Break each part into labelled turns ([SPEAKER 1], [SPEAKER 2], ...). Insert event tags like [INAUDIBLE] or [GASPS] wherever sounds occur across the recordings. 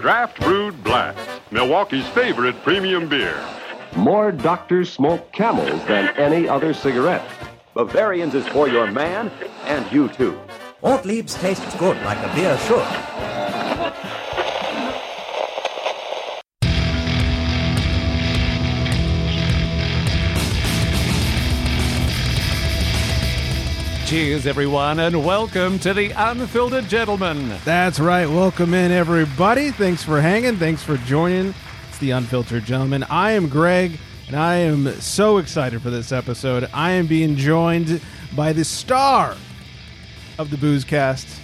[SPEAKER 1] Draft Brewed Black, Milwaukee's favorite premium beer.
[SPEAKER 2] More doctors smoke camels than any other cigarette.
[SPEAKER 3] Bavarians is for your man and you too.
[SPEAKER 4] Ortlieb's tastes good like a beer should.
[SPEAKER 5] Cheers, everyone, and welcome to the Unfiltered Gentleman.
[SPEAKER 6] That's right. Welcome in, everybody. Thanks for hanging. Thanks for joining. It's the Unfiltered Gentleman. I am Greg, and I am so excited for this episode. I am being joined by the star of the Boozecast,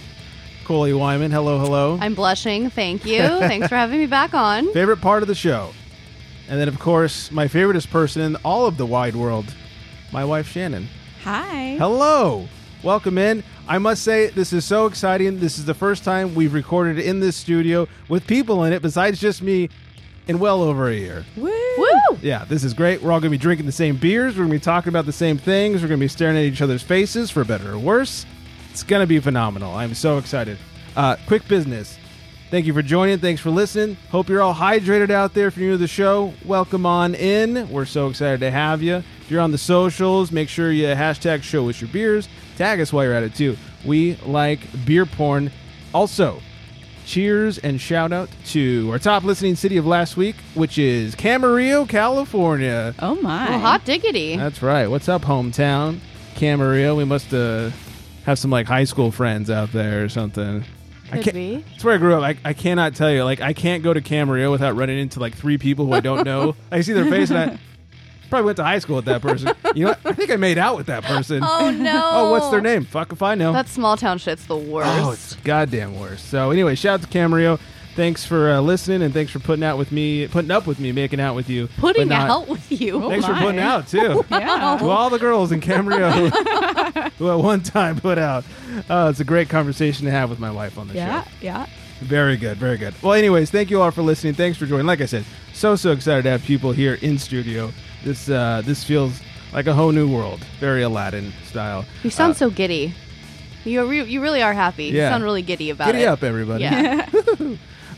[SPEAKER 6] Coley Wyman. Hello, hello.
[SPEAKER 7] I'm blushing. Thank you. Thanks for having me
[SPEAKER 6] [LAUGHS]
[SPEAKER 7] back on.
[SPEAKER 6] favorite part of the show. And then, of course, my favoriteest person in all of the wide world, my wife, Shannon.
[SPEAKER 8] Hi.
[SPEAKER 6] Hello. Welcome in. I must say, this is so exciting. This is the first time we've recorded in this studio with people in it besides just me in well over a year.
[SPEAKER 8] Woo.
[SPEAKER 7] Woo!
[SPEAKER 6] Yeah, this is great. We're all going to be drinking the same beers. We're going to be talking about the same things. We're going to be staring at each other's faces, for better or worse. It's going to be phenomenal. I'm so excited. Uh, quick business. Thank you for joining. Thanks for listening. Hope you're all hydrated out there. If you're new to the show, welcome on in. We're so excited to have you. If you're on the socials, make sure you hashtag show us your beers. Tag us while you're at it, too. We like beer porn. Also, cheers and shout out to our top listening city of last week, which is Camarillo, California.
[SPEAKER 8] Oh my.
[SPEAKER 7] Well, hot diggity.
[SPEAKER 6] That's right. What's up, hometown? Camarillo. We must uh, have some like high school friends out there or something. I
[SPEAKER 7] Could
[SPEAKER 6] can't,
[SPEAKER 7] be.
[SPEAKER 6] That's where I grew up. I, I cannot tell you. Like, I can't go to Camarillo without running into like three people who I don't
[SPEAKER 7] [LAUGHS]
[SPEAKER 6] know. I see their face and I probably went to high school with that person. You know, what? I think I made out with that person.
[SPEAKER 7] [LAUGHS]
[SPEAKER 6] [LAUGHS]
[SPEAKER 7] Oh no.
[SPEAKER 6] Oh, what's their name? Fuck if I know.
[SPEAKER 7] That small town shit's the worst.
[SPEAKER 6] Oh, it's goddamn worse. So anyway, shout out to Camarillo. Thanks for uh, listening and thanks for putting out with me, putting up with me, making out with you, but
[SPEAKER 7] Putting
[SPEAKER 6] not-
[SPEAKER 7] out with you.
[SPEAKER 6] Thanks for
[SPEAKER 8] my.
[SPEAKER 6] putting out
[SPEAKER 7] [LAUGHS]
[SPEAKER 6] too.
[SPEAKER 8] Yeah.
[SPEAKER 6] To [LAUGHS] all the girls in Camarillo who at one time put out. Uh, it's a great conversation to have with my wife on the
[SPEAKER 8] yeah.
[SPEAKER 6] show.
[SPEAKER 8] Yeah.
[SPEAKER 6] Very good, very good. Well, anyways, thank you all for listening. Thanks for joining. Like I said, so so excited to have people here in studio. This uh, this feels like a whole new world, very Aladdin style.
[SPEAKER 7] You sound so giddy. You re- you really are happy.
[SPEAKER 6] uh, Yeah.
[SPEAKER 7] You sound really giddy about
[SPEAKER 6] Giddy
[SPEAKER 7] it.
[SPEAKER 6] up, everybody.
[SPEAKER 7] Yeah.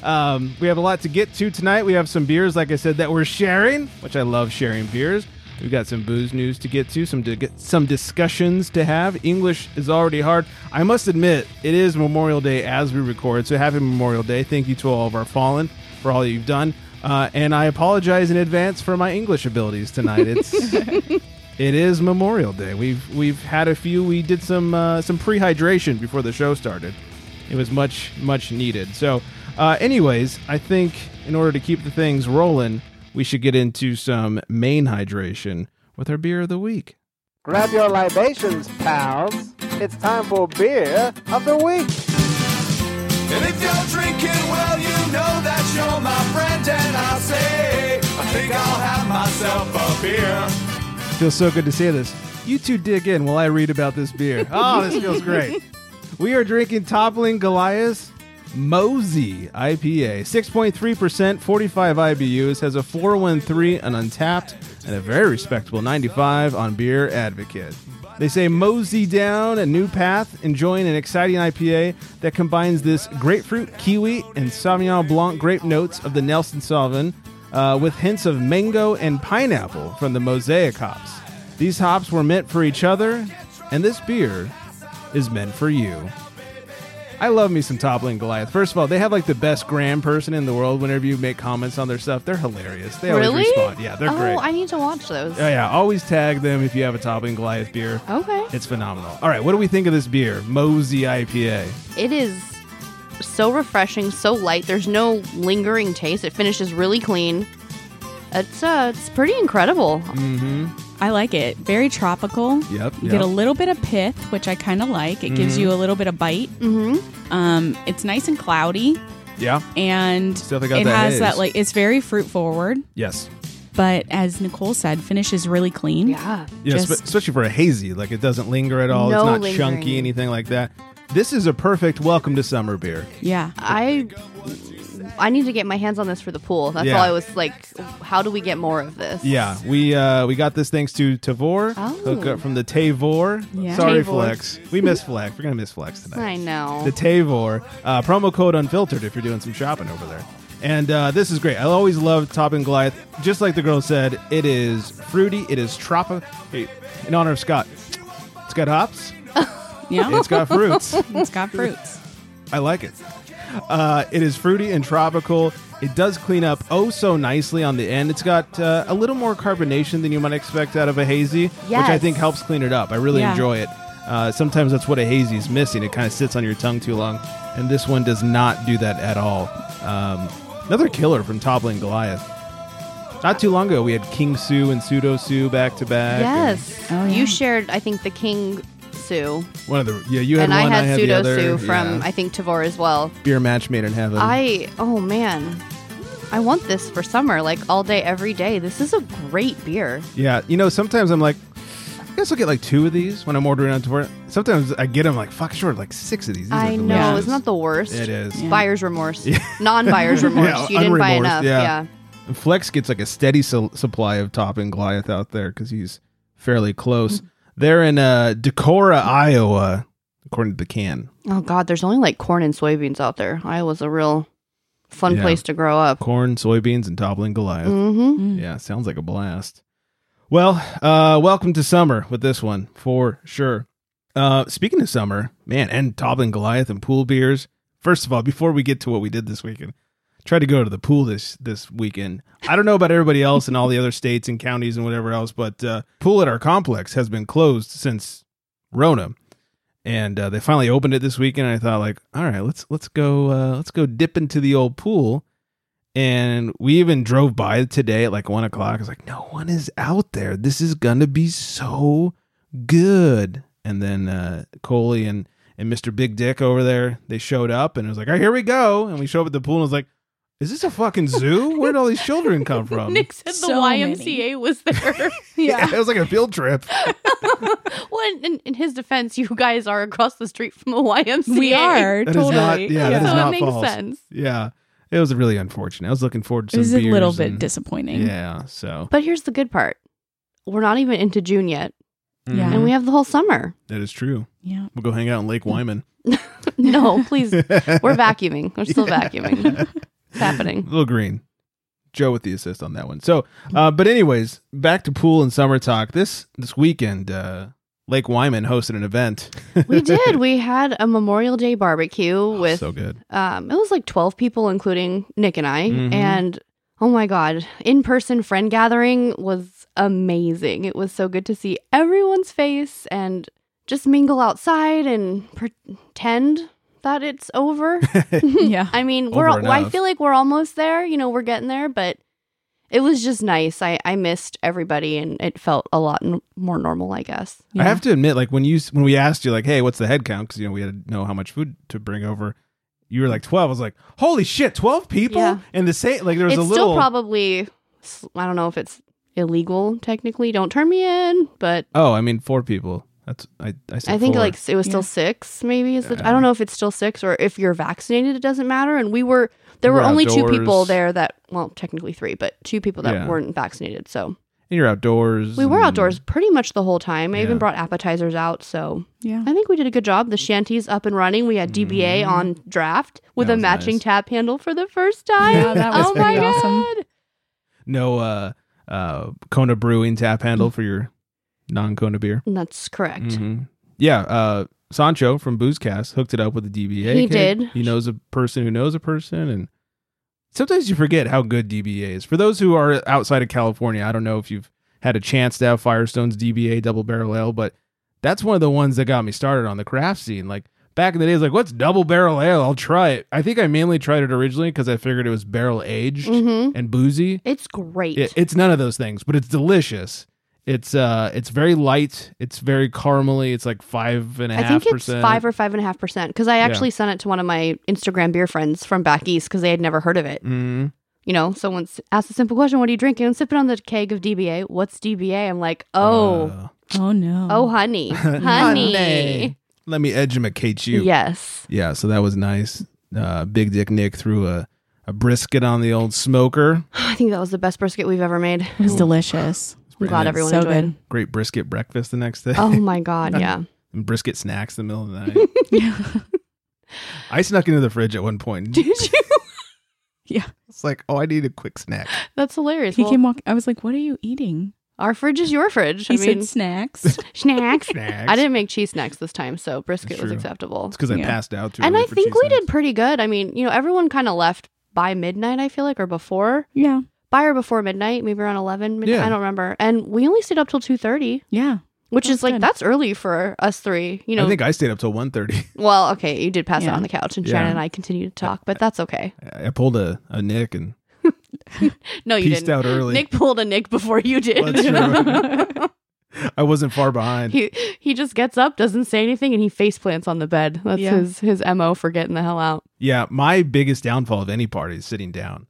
[SPEAKER 6] Um, we have a lot to get to tonight. We have some beers, like I said, that we're sharing, which I love sharing beers. We've got some booze news to get to, some to get, some discussions to have. English is already hard. I must admit, it is Memorial Day as we record, so happy Memorial Day! Thank you to all of our fallen for all you've done, uh, and I apologize in advance for my English abilities tonight. It's It is Memorial Day. We've we've had a few. We did some uh, some pre-hydration before the show started. It was much much needed. So, uh, anyways, I think in order to keep the things rolling, we should get into some main hydration with our beer of the week.
[SPEAKER 9] Grab your libations, pals. It's time for beer of the week.
[SPEAKER 10] And if you're drinking, well, you know that you're my friend, and I say, I think I'll have myself a beer.
[SPEAKER 6] Feels so good to say this. You two dig in while I read about this beer. oh, this
[SPEAKER 9] [LAUGHS]
[SPEAKER 6] feels great. We are drinking Toppling Goliath's Mosey IPA. 6.3%, 45 IBUs, has a 413 on Untapped, and a very respectable 95 on Beer Advocate. They say mosey down a new path, enjoying an exciting IPA that combines this grapefruit, kiwi, and Sauvignon Blanc grape notes of the Nelson Sauvin uh, with hints of mango and pineapple from the Mosaic hops. These hops were meant for each other, and this beer is meant for you. I love me some Toppling Goliath. First of all, they have like the best gram person in the world. Whenever you make comments on their stuff, they're hilarious. [LAUGHS] They always
[SPEAKER 7] really?
[SPEAKER 6] respond. Yeah, they're
[SPEAKER 7] oh,
[SPEAKER 6] great.
[SPEAKER 7] I need to watch those.
[SPEAKER 6] oh yeah, always tag them if you have a Toppling Goliath beer.
[SPEAKER 7] Okay.
[SPEAKER 6] It's phenomenal. All right, what do we think of this beer, Mosey IPA?
[SPEAKER 7] It is so refreshing, so light. There's no lingering taste. It finishes really clean. It's uh, it's pretty incredible.
[SPEAKER 6] Mm.
[SPEAKER 8] I like it. Very tropical.
[SPEAKER 6] Yep,
[SPEAKER 8] You
[SPEAKER 6] yep.
[SPEAKER 8] get a little bit of pith, which I kind of like. It gives you a little bit of bite. Mm-hmm. Um, it's nice and cloudy,
[SPEAKER 6] Yeah.
[SPEAKER 8] and
[SPEAKER 6] definitely got
[SPEAKER 8] it
[SPEAKER 6] that
[SPEAKER 8] has
[SPEAKER 6] haze.
[SPEAKER 8] that like it's very fruit forward.
[SPEAKER 6] Yes.
[SPEAKER 8] But as Nicole said, finishes really clean.
[SPEAKER 7] Yeah.
[SPEAKER 6] Yes,
[SPEAKER 8] Just-
[SPEAKER 6] but especially for a hazy, like it doesn't linger at all.
[SPEAKER 7] No
[SPEAKER 6] it's not
[SPEAKER 7] lingering.
[SPEAKER 6] chunky, anything like that. This is a perfect welcome to summer beer.
[SPEAKER 8] Yeah.
[SPEAKER 7] I I need to get my hands on this for the pool. That's
[SPEAKER 6] Yeah.
[SPEAKER 7] all I was like. How do we get more of this?
[SPEAKER 6] Yeah, we uh, we got this thanks to Tavor,
[SPEAKER 7] Oh.
[SPEAKER 6] hook up from the Tavor.
[SPEAKER 8] Yeah.
[SPEAKER 6] Sorry,
[SPEAKER 7] Tavor.
[SPEAKER 6] Flex. We miss Flex. We're gonna miss Flex tonight.
[SPEAKER 7] I know.
[SPEAKER 6] The Tavor uh, promo code unfiltered if you're doing some shopping over there. And uh, this is great. I always love Top and Goliath. Just like the girl said, it is fruity. It is tropical. In honor of Scott, it's got hops.
[SPEAKER 8] Yeah,
[SPEAKER 6] It's got
[SPEAKER 7] [LAUGHS]
[SPEAKER 6] fruits.
[SPEAKER 8] [LAUGHS] it's got fruits.
[SPEAKER 6] I like it. Uh, it is fruity and tropical. It does clean up oh so nicely on the end. It's got uh, a little more carbonation than you might expect out of a hazy, which I
[SPEAKER 7] Yes.
[SPEAKER 6] think helps clean it up. I really
[SPEAKER 8] Yeah.
[SPEAKER 6] enjoy it. Uh, sometimes that's what a hazy is missing. It kind of sits on your tongue too long, and this one does not do that at all. Um, another killer from Toppling Goliath. Not too long ago, we had King Sue and Pseudo Sue back to back. and
[SPEAKER 7] Yes.
[SPEAKER 8] Oh, yeah.
[SPEAKER 7] You shared, I think, the King Sue,
[SPEAKER 6] one of the yeah, you had
[SPEAKER 7] and
[SPEAKER 6] one.
[SPEAKER 7] I had,
[SPEAKER 6] the
[SPEAKER 7] Pseudo
[SPEAKER 6] other.
[SPEAKER 7] Sue from,
[SPEAKER 6] yeah. Mm.
[SPEAKER 7] I think, Tavor as well.
[SPEAKER 6] beer match made in heaven.
[SPEAKER 7] I, oh man, I want this for summer, like all day, every day. This is a great beer.
[SPEAKER 6] Yeah, you know, sometimes I'm like, I guess I'll get like two of these when I'm ordering on Twitter. Sometimes I get them like, fuck, sure, like six of these. these
[SPEAKER 7] I
[SPEAKER 6] are
[SPEAKER 7] know.
[SPEAKER 6] delicious.
[SPEAKER 7] It's not the worst.
[SPEAKER 6] It is.
[SPEAKER 8] Yeah.
[SPEAKER 7] Buyer's remorse. Non
[SPEAKER 6] [LAUGHS]
[SPEAKER 7] buyer's remorse.
[SPEAKER 6] Yeah,
[SPEAKER 7] you didn't buy
[SPEAKER 6] unremorsed,
[SPEAKER 7] enough.
[SPEAKER 6] yeah.
[SPEAKER 7] Yeah.
[SPEAKER 6] And Flex gets like a steady su- supply of Top and Goliath out there because he's fairly
[SPEAKER 7] Mm-hmm.
[SPEAKER 6] close. They're in uh, Decorah, Iowa, according to the can.
[SPEAKER 7] Oh, God. There's only like corn and soybeans out there. Iowa's a real fun
[SPEAKER 6] Yeah.
[SPEAKER 7] place to grow up.
[SPEAKER 6] Corn, soybeans, and toppling Goliath.
[SPEAKER 7] Mm-hmm.
[SPEAKER 6] Yeah, sounds like a blast. Well, uh, welcome to summer with this one for sure. Uh, speaking of summer, man, and Toppling Goliath and pool beers. First of all, before we get to what we did this weekend, tried to go to the pool this this weekend. I don't know about everybody else in all the other states and counties and whatever else, but uh, pool at our complex has been closed since Rona, and uh, they finally opened it this weekend. And I thought, like, all right, let's let's go uh, let's go dip into the old pool and we even drove by today at like one o'clock. I was like, no one is out there. This is gonna be so good. And then uh, Coley and and Mr. Big Dick over there, they showed up, and it was like, all right, here we go. And we show up at the pool, and I was like, is this a fucking zoo? Where did all these children
[SPEAKER 8] [LAUGHS]
[SPEAKER 6] come from?
[SPEAKER 7] Nick said the
[SPEAKER 8] So
[SPEAKER 7] YMCA was
[SPEAKER 8] [LAUGHS]
[SPEAKER 7] there. [LAUGHS]
[SPEAKER 6] Yeah, [LAUGHS] it was like a field trip.
[SPEAKER 7] well, in, in his defense, you guys are across the street from the YMCA.
[SPEAKER 8] We are
[SPEAKER 6] That is
[SPEAKER 8] totally.
[SPEAKER 6] not, yeah, that
[SPEAKER 7] So
[SPEAKER 6] is
[SPEAKER 7] it
[SPEAKER 6] not
[SPEAKER 7] makes
[SPEAKER 6] false.
[SPEAKER 7] sense.
[SPEAKER 6] Yeah, it was really unfortunate. I was looking forward to
[SPEAKER 8] It
[SPEAKER 6] some
[SPEAKER 8] was a
[SPEAKER 6] beers
[SPEAKER 8] little bit
[SPEAKER 6] and-
[SPEAKER 8] disappointing.
[SPEAKER 6] Yeah, so
[SPEAKER 7] But here's the good part we're not even into June yet,
[SPEAKER 8] Yeah.
[SPEAKER 6] Mm.
[SPEAKER 7] and we have the whole
[SPEAKER 8] [LAUGHS]
[SPEAKER 7] summer.
[SPEAKER 6] mm-hmm. that is true.
[SPEAKER 8] Yeah.
[SPEAKER 6] We'll go hang out in Lake
[SPEAKER 7] Mm. [LAUGHS]
[SPEAKER 6] Wyman.
[SPEAKER 7] No, please. We're vacuuming.
[SPEAKER 6] [LAUGHS]
[SPEAKER 7] We're still vacuuming. It's happening.
[SPEAKER 6] Little green. Joe with the assist on that one. So, uh, but anyways, back to pool and summer talk. This this weekend, uh, Lake Wyman hosted an event.
[SPEAKER 7] [LAUGHS] We did. We had a Memorial Day barbecue with
[SPEAKER 6] so good.
[SPEAKER 7] um it was like 12 people including Nick and I
[SPEAKER 6] Mhm.
[SPEAKER 7] and oh my god, in-person friend gathering was amazing. It was so good to see everyone's face and just mingle outside and pretend that it's over.
[SPEAKER 6] [LAUGHS]
[SPEAKER 8] Yeah.
[SPEAKER 7] I mean, we're.
[SPEAKER 6] Over
[SPEAKER 7] Well, I
[SPEAKER 6] enough.
[SPEAKER 7] feel like we're almost there. You know, we're getting there, but it was just nice. I I missed everybody, and it felt a lot n- more normal. I guess.
[SPEAKER 6] I have to admit, like when you when we asked you, like, hey, what's the head count? Because you know we had to know how much food to bring over. You were like twelve. I was like, holy shit, twelve people
[SPEAKER 7] Yeah.
[SPEAKER 6] and the same. Like there was
[SPEAKER 7] it's
[SPEAKER 6] a little.
[SPEAKER 7] still probably. s- I don't know if it's illegal technically. Don't turn me in, but
[SPEAKER 6] oh, I mean, four people. That's I. I, said
[SPEAKER 7] I think
[SPEAKER 6] four.
[SPEAKER 7] like s- it was
[SPEAKER 8] Yeah.
[SPEAKER 7] still six. Maybe is the, I don't know if it's still six or if you're vaccinated, it doesn't matter. And we were there
[SPEAKER 6] We
[SPEAKER 7] were,
[SPEAKER 6] were
[SPEAKER 7] only two people
[SPEAKER 6] outdoors.
[SPEAKER 7] there that well, technically three, but two people that
[SPEAKER 6] Yeah.
[SPEAKER 7] weren't vaccinated. So
[SPEAKER 6] and you're outdoors.
[SPEAKER 7] we were
[SPEAKER 6] and-
[SPEAKER 7] outdoors pretty much the whole time. I
[SPEAKER 6] Yeah.
[SPEAKER 7] even brought appetizers out. So
[SPEAKER 8] Yeah.
[SPEAKER 7] I think we did a good job. The shanty's up and running. We had DBA on draft
[SPEAKER 6] Mm-hmm.
[SPEAKER 7] with
[SPEAKER 6] That
[SPEAKER 7] a
[SPEAKER 6] was
[SPEAKER 7] matching
[SPEAKER 6] nice.
[SPEAKER 7] tap handle for the first time.
[SPEAKER 8] Yeah, that was
[SPEAKER 7] oh my
[SPEAKER 8] pretty awesome.
[SPEAKER 7] god!
[SPEAKER 6] No uh, uh, Kona Brewing tap handle
[SPEAKER 7] Mm.
[SPEAKER 6] for your non Kona beer.
[SPEAKER 7] And that's correct.
[SPEAKER 6] Mhm. Yeah, uh, Sancho from Boozcast hooked it up with the DBA.
[SPEAKER 7] He
[SPEAKER 6] kit.
[SPEAKER 7] did.
[SPEAKER 6] He knows a person who knows a person, and sometimes you forget how good DBA is. For those who are outside of California, I don't know if you've had a chance to have Firestone's DBA double barrel ale, but that's one of the ones that got me started on the craft scene. Like back in the days, like what's double barrel ale? I'll try it. I think I mainly tried it originally because I figured it was barrel aged
[SPEAKER 7] Mhm.
[SPEAKER 6] and boozy.
[SPEAKER 7] It's great.
[SPEAKER 6] It, it's none of those things, but it's delicious. It's uh, it's very light. It's very caramely. It's like five and a half
[SPEAKER 7] I think it's
[SPEAKER 6] percent.
[SPEAKER 7] five or five and a half percent because I actually sent it to one of my Instagram beer friends from back east because they had never heard of it.
[SPEAKER 6] Mm.
[SPEAKER 7] You know, someone s- asked a simple question, "What are you drinking?" I'm sipping on the keg of DBA. What's DBA? I'm like, oh,
[SPEAKER 6] Uh,
[SPEAKER 8] Oh no.
[SPEAKER 7] oh,
[SPEAKER 8] [LAUGHS]
[SPEAKER 7] honey, honey.
[SPEAKER 6] Let me edumacate you.
[SPEAKER 7] Yes,
[SPEAKER 6] Yeah, So that was nice. Uh, Big Dick Nick threw a, a brisket on the old smoker.
[SPEAKER 7] I think that was the best brisket we've ever made.
[SPEAKER 8] It was delicious.
[SPEAKER 7] I'm glad everyone
[SPEAKER 8] so
[SPEAKER 7] enjoyed.
[SPEAKER 8] good.
[SPEAKER 6] Great brisket breakfast the next day.
[SPEAKER 7] Oh my god,
[SPEAKER 8] [LAUGHS]
[SPEAKER 7] yeah.
[SPEAKER 6] [LAUGHS] And brisket snacks in the middle of the
[SPEAKER 7] [LAUGHS]
[SPEAKER 6] night. I snuck into the fridge at one point.
[SPEAKER 8] Did you? [LAUGHS] yeah.
[SPEAKER 6] It's like, oh, I need a quick snack.
[SPEAKER 7] That's hilarious.
[SPEAKER 8] He
[SPEAKER 7] Well,
[SPEAKER 8] came walk. I was like, "What are you eating?"
[SPEAKER 7] Our fridge is your fridge.
[SPEAKER 8] He
[SPEAKER 7] I mean,
[SPEAKER 8] said, "Snacks."
[SPEAKER 7] [LAUGHS] snacks.
[SPEAKER 6] Snacks.
[SPEAKER 7] I didn't make cheese snacks this time, so brisket
[SPEAKER 6] That's
[SPEAKER 7] was
[SPEAKER 6] true.
[SPEAKER 7] acceptable.
[SPEAKER 6] It's because I
[SPEAKER 8] Yeah.
[SPEAKER 6] passed out. too
[SPEAKER 7] And
[SPEAKER 6] early
[SPEAKER 7] I
[SPEAKER 6] for
[SPEAKER 7] think
[SPEAKER 6] cheese
[SPEAKER 7] we
[SPEAKER 6] snacks.
[SPEAKER 7] did pretty good. I mean, you know, everyone kind of left by midnight, I feel like, or before.
[SPEAKER 8] yeah,
[SPEAKER 7] By or before midnight, maybe around 11 midnight.
[SPEAKER 6] Yeah.
[SPEAKER 7] I don't remember. And we only stayed up till 2.30, [GASPS]
[SPEAKER 8] yeah.
[SPEAKER 7] which
[SPEAKER 8] That's
[SPEAKER 7] is like,
[SPEAKER 8] good.
[SPEAKER 7] that's early for us three. You know,
[SPEAKER 6] I think I stayed up till 1.30.
[SPEAKER 7] well, okay, you did pass
[SPEAKER 8] Yeah.
[SPEAKER 7] out on the couch and
[SPEAKER 6] Yeah.
[SPEAKER 7] Shannon and I continued to talk, but that's okay.
[SPEAKER 6] [LAUGHS] I pulled a, a Nick and
[SPEAKER 7] No, you
[SPEAKER 6] peaced
[SPEAKER 7] didn't.
[SPEAKER 6] out early.
[SPEAKER 7] Nick pulled a Nick before you did.
[SPEAKER 6] Well, [LAUGHS] that's I wasn't far behind.
[SPEAKER 7] [LAUGHS] he he just gets up, doesn't say anything, and he face plants on the bed. That's
[SPEAKER 8] Yeah.
[SPEAKER 7] his his mo for getting the hell out.
[SPEAKER 6] yeah, my biggest downfall of any party is sitting
[SPEAKER 7] [LAUGHS]
[SPEAKER 6] down.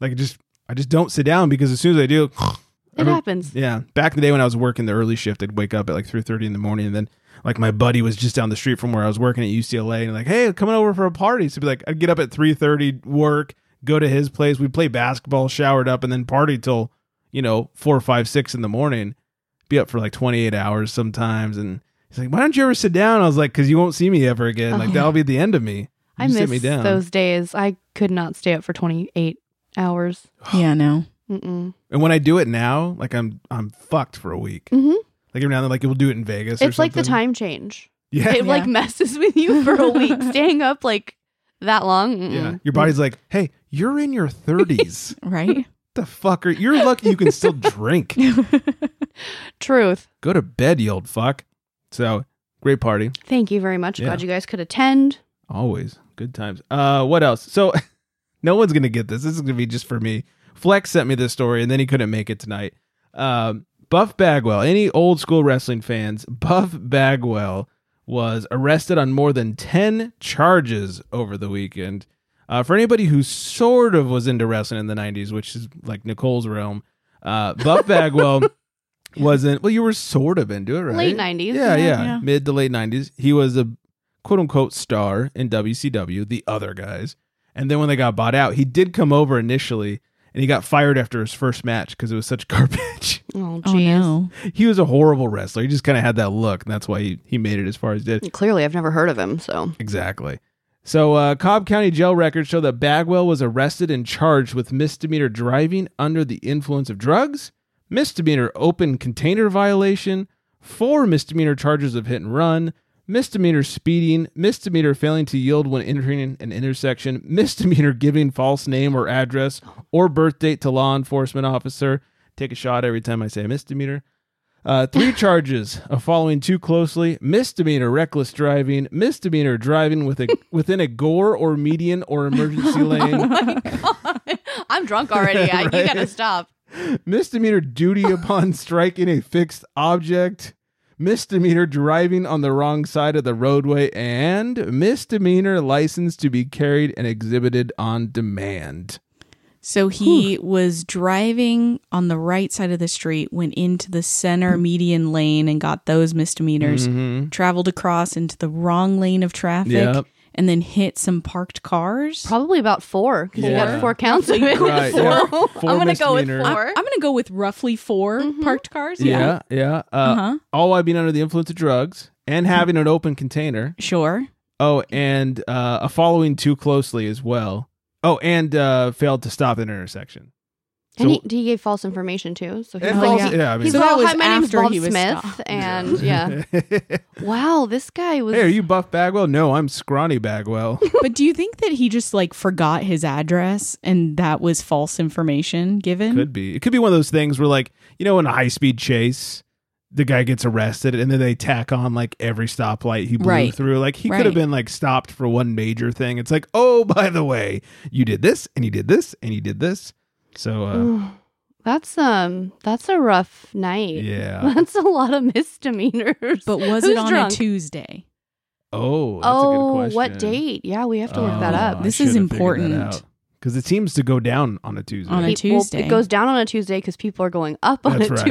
[SPEAKER 6] like I just I just don't sit down because as soon as I do,
[SPEAKER 7] It
[SPEAKER 6] Every-
[SPEAKER 7] happens.
[SPEAKER 6] yeah. Back in the day when I was working the early shift, I'd wake up at like 3:30 in the morning and then like my buddy was just down the street from where I was working at UCLA and like, "Hey, coming over for a party." So it'd be like I'd get up at 3:30, work, go to his place, we'd play basketball, showered up and then party till, you know, four, five, six in the morning. Be up for like 28 hours sometimes and he's like, "Why don't you ever sit down?" I was like, "Cuz you won't see me ever again.
[SPEAKER 7] Oh,
[SPEAKER 6] like
[SPEAKER 7] [LAUGHS] yeah.
[SPEAKER 6] that'll be the end of me."
[SPEAKER 7] I
[SPEAKER 6] You
[SPEAKER 7] miss
[SPEAKER 6] sit me down.
[SPEAKER 7] those days. I could not stay up for twenty eight hours.
[SPEAKER 8] Yeah, no.
[SPEAKER 7] Mm-mm.
[SPEAKER 6] And when I do it now, like I'm I'm fucked for a week.
[SPEAKER 7] Mhm.
[SPEAKER 6] Like every now and then, like we'll do it in Vegas. or
[SPEAKER 7] It's like the
[SPEAKER 6] something.
[SPEAKER 7] time change.
[SPEAKER 6] [LAUGHS] Yeah,
[SPEAKER 7] It like
[SPEAKER 8] Yeah.
[SPEAKER 7] messes with you for a week, staying up like that long. mm-mm.
[SPEAKER 6] Yeah. Your body's like, hey, you're in your 30s.
[SPEAKER 8] Right?
[SPEAKER 6] the fuck are you're lucky you can still drink.
[SPEAKER 7] Truth.
[SPEAKER 6] Go to bed, you old fuck. So great party.
[SPEAKER 7] Thank you very much.
[SPEAKER 6] Yeah.
[SPEAKER 7] Glad you guys could attend.
[SPEAKER 6] Always. Good times. Uh what else? So [LAUGHS] no one's gonna get this. This is gonna be just for me. Flex sent me this story and then he couldn't make it tonight. Um Buff Bagwell, any old school wrestling fans, Buff Bagwell was arrested on more than 10 charges over the weekend. Uh, for anybody who sort of was into wrestling in the 90s, which is like Nicole's realm, uh, Buff Bagwell wasn't, well, you were sort of into it, right?
[SPEAKER 7] Late 90s.
[SPEAKER 6] Yeah, yeah,
[SPEAKER 8] Yeah, yeah.
[SPEAKER 6] Mid to late 90s. He was a quote unquote star in WCW, the other guys. And then when they got bought out, he did come over initially and he got fired after his first match because it was such [LAUGHS] garbage.
[SPEAKER 7] Oh [LAUGHS]
[SPEAKER 8] Oh
[SPEAKER 7] jeez.
[SPEAKER 8] no.
[SPEAKER 6] he was a horrible wrestler. He just kind of had that look. And that's why he, he made it as far as he did.
[SPEAKER 7] Clearly, I've never heard of him. So
[SPEAKER 6] Exactly. So, uh, Cobb County jail records show that Bagwell was arrested and charged with misdemeanor driving under the influence of drugs, misdemeanor open container violation, four misdemeanor charges of hit and run, misdemeanor speeding, misdemeanor failing to yield when entering an intersection, [LAUGHS] misdemeanor giving false name or address or birth date to law enforcement officer. Take a shot every time I say misdemeanor. Uh, three charges of following too closely, misdemeanor reckless driving, misdemeanor driving with a [LAUGHS] within a gore or median or emergency lane,
[SPEAKER 7] I'm drunk already. I, You
[SPEAKER 6] Right.
[SPEAKER 7] [LAUGHS] gotta stop.
[SPEAKER 6] misdemeanor duty upon striking a fixed object, misdemeanor driving on the wrong side of the roadway, and misdemeanor license to be carried and exhibited on demand.
[SPEAKER 8] So he was driving on the right side of the street, went into the center median lane and got those misdemeanors,
[SPEAKER 7] Mm-hmm.
[SPEAKER 8] traveled across into the wrong lane of traffic,
[SPEAKER 6] Yep.
[SPEAKER 8] and then hit some parked cars.
[SPEAKER 7] Probably about four because you
[SPEAKER 6] Yeah.
[SPEAKER 7] got four counts of it.
[SPEAKER 6] Right,
[SPEAKER 7] [LAUGHS] So,
[SPEAKER 6] yeah. Four
[SPEAKER 7] I'm gonna go with
[SPEAKER 6] misdemeanor.
[SPEAKER 8] I'm,
[SPEAKER 7] four. Mm-hmm.
[SPEAKER 8] I'm gonna go with roughly 4 parked cars.
[SPEAKER 6] Yeah, yeah. Uh,
[SPEAKER 8] Uh-huh.
[SPEAKER 6] All while being under the influence of drugs and having an open container.
[SPEAKER 8] Sure.
[SPEAKER 6] Oh, and uh, a following too closely as well. Oh, and uh, failed to stop at an intersection. [LAUGHS]
[SPEAKER 7] and he,
[SPEAKER 6] So-
[SPEAKER 7] he gave false information too. So he's
[SPEAKER 6] And
[SPEAKER 7] like,
[SPEAKER 6] false-
[SPEAKER 7] yeah.
[SPEAKER 6] yeah, I mean-
[SPEAKER 7] he's
[SPEAKER 8] So
[SPEAKER 7] like,
[SPEAKER 8] that was
[SPEAKER 7] hi, my name's
[SPEAKER 8] after
[SPEAKER 7] Bob
[SPEAKER 8] he was
[SPEAKER 7] Smith,
[SPEAKER 8] stopped.
[SPEAKER 6] [LAUGHS]
[SPEAKER 7] and yeah.
[SPEAKER 6] hey,
[SPEAKER 7] Wow, this guy was.
[SPEAKER 6] are you Buff Bagwell? No, I'm Scrawny Bagwell.
[SPEAKER 8] but do you think that he just like forgot his address and that was false information given?
[SPEAKER 6] could be. It could be one of those things where, like, you know, in a high speed chase, the guy gets arrested and then they tack on like every stoplight he blew
[SPEAKER 8] Right.
[SPEAKER 6] through. Like, he could have
[SPEAKER 8] Right.
[SPEAKER 6] been like stopped for one major thing. It's like, oh, [LAUGHS] by the way, you did this and you did this and you did this. So, uh,
[SPEAKER 7] [SIGHS] that's um, that's a rough night.
[SPEAKER 6] yeah.
[SPEAKER 7] That's a lot of misdemeanors.
[SPEAKER 8] [LAUGHS] But was
[SPEAKER 7] Who's
[SPEAKER 8] it on
[SPEAKER 7] drunk? [LAUGHS]
[SPEAKER 8] a Tuesday?
[SPEAKER 6] Oh, that's a good
[SPEAKER 7] oh,
[SPEAKER 6] question.
[SPEAKER 7] what date? Yeah, we have to
[SPEAKER 6] Oh,
[SPEAKER 7] look that up.
[SPEAKER 8] This is important.
[SPEAKER 6] because it seems to go down on a Tuesday.
[SPEAKER 8] On
[SPEAKER 7] [LAUGHS]
[SPEAKER 8] a
[SPEAKER 7] Pe- well,
[SPEAKER 8] Tuesday.
[SPEAKER 7] it goes down on a Tuesday because people are going up on
[SPEAKER 6] That's
[SPEAKER 7] a
[SPEAKER 6] right.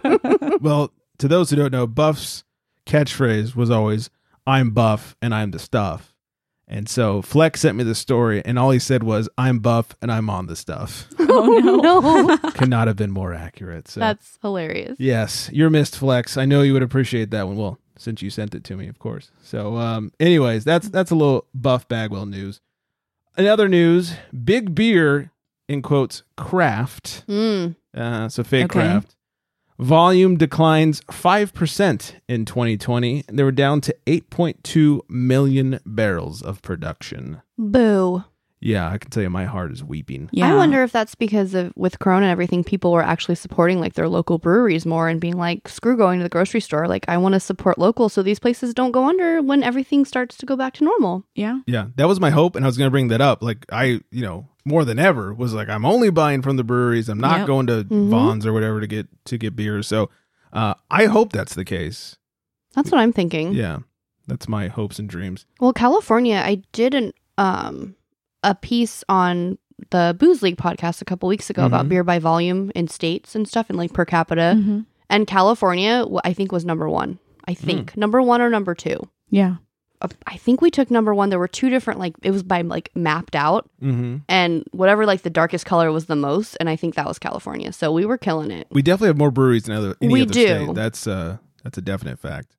[SPEAKER 7] Tuesday. [LAUGHS]
[SPEAKER 6] well, to those who don't know, Buff's catchphrase was always "I'm Buff and I'm the stuff." And so Flex sent me the story, and all he said was "I'm Buff and I'm on the stuff."
[SPEAKER 8] [LAUGHS] Oh no.
[SPEAKER 7] [LAUGHS] no,
[SPEAKER 6] Could not have been more accurate. [LAUGHS] So
[SPEAKER 7] that's hilarious.
[SPEAKER 6] yes, you're missed, Flex. I know you would appreciate that one. Well, since you sent it to me, of course. So, um, anyways, that's that's a little Buff Bagwell news. In other news, big beer in quotes craft.
[SPEAKER 7] Mm.
[SPEAKER 6] Uh, so fake
[SPEAKER 8] Okay.
[SPEAKER 6] craft. Volume declines 5% in 2020. They were down to 8.2 million barrels of production.
[SPEAKER 7] Boo.
[SPEAKER 6] Yeah, I can tell you my heart is weeping.
[SPEAKER 8] Yeah.
[SPEAKER 7] I wonder if that's because of with Corona and everything, people were actually supporting like their local breweries more and being like, screw going to the grocery store. Like, I want to support local so these places don't go under when everything starts to go back to normal.
[SPEAKER 8] Yeah.
[SPEAKER 6] Yeah, that was my hope, and I was going to bring that up. Like I, you know, more than ever was like I'm only buying from the breweries. I'm not
[SPEAKER 8] Yep.
[SPEAKER 6] going to
[SPEAKER 7] Mhm.
[SPEAKER 6] Vaughn's or whatever to get to get beers. So uh, I hope that's the case.
[SPEAKER 7] That's what I'm thinking.
[SPEAKER 6] Yeah, that's my hopes and dreams.
[SPEAKER 7] Well, California, I did an um a piece on the Booze League podcast a couple weeks ago about
[SPEAKER 6] Mhm.
[SPEAKER 7] beer by volume in states and stuff and like per capita.
[SPEAKER 6] Mm-hmm.
[SPEAKER 8] hmm
[SPEAKER 7] And California, w- I think, was number one. I
[SPEAKER 6] Hmm.
[SPEAKER 7] think number one or number two.
[SPEAKER 8] Yeah.
[SPEAKER 7] Uh, I think we took number one. There were two different, like, it was by like mapped out,
[SPEAKER 6] Mm-hmm.
[SPEAKER 7] and whatever, like, the darkest color was the most. And I think that was California. So we were killing it.
[SPEAKER 6] We definitely have more breweries than other. Any
[SPEAKER 7] We
[SPEAKER 6] other
[SPEAKER 7] do.
[SPEAKER 6] State. That's uh, that's a definite fact.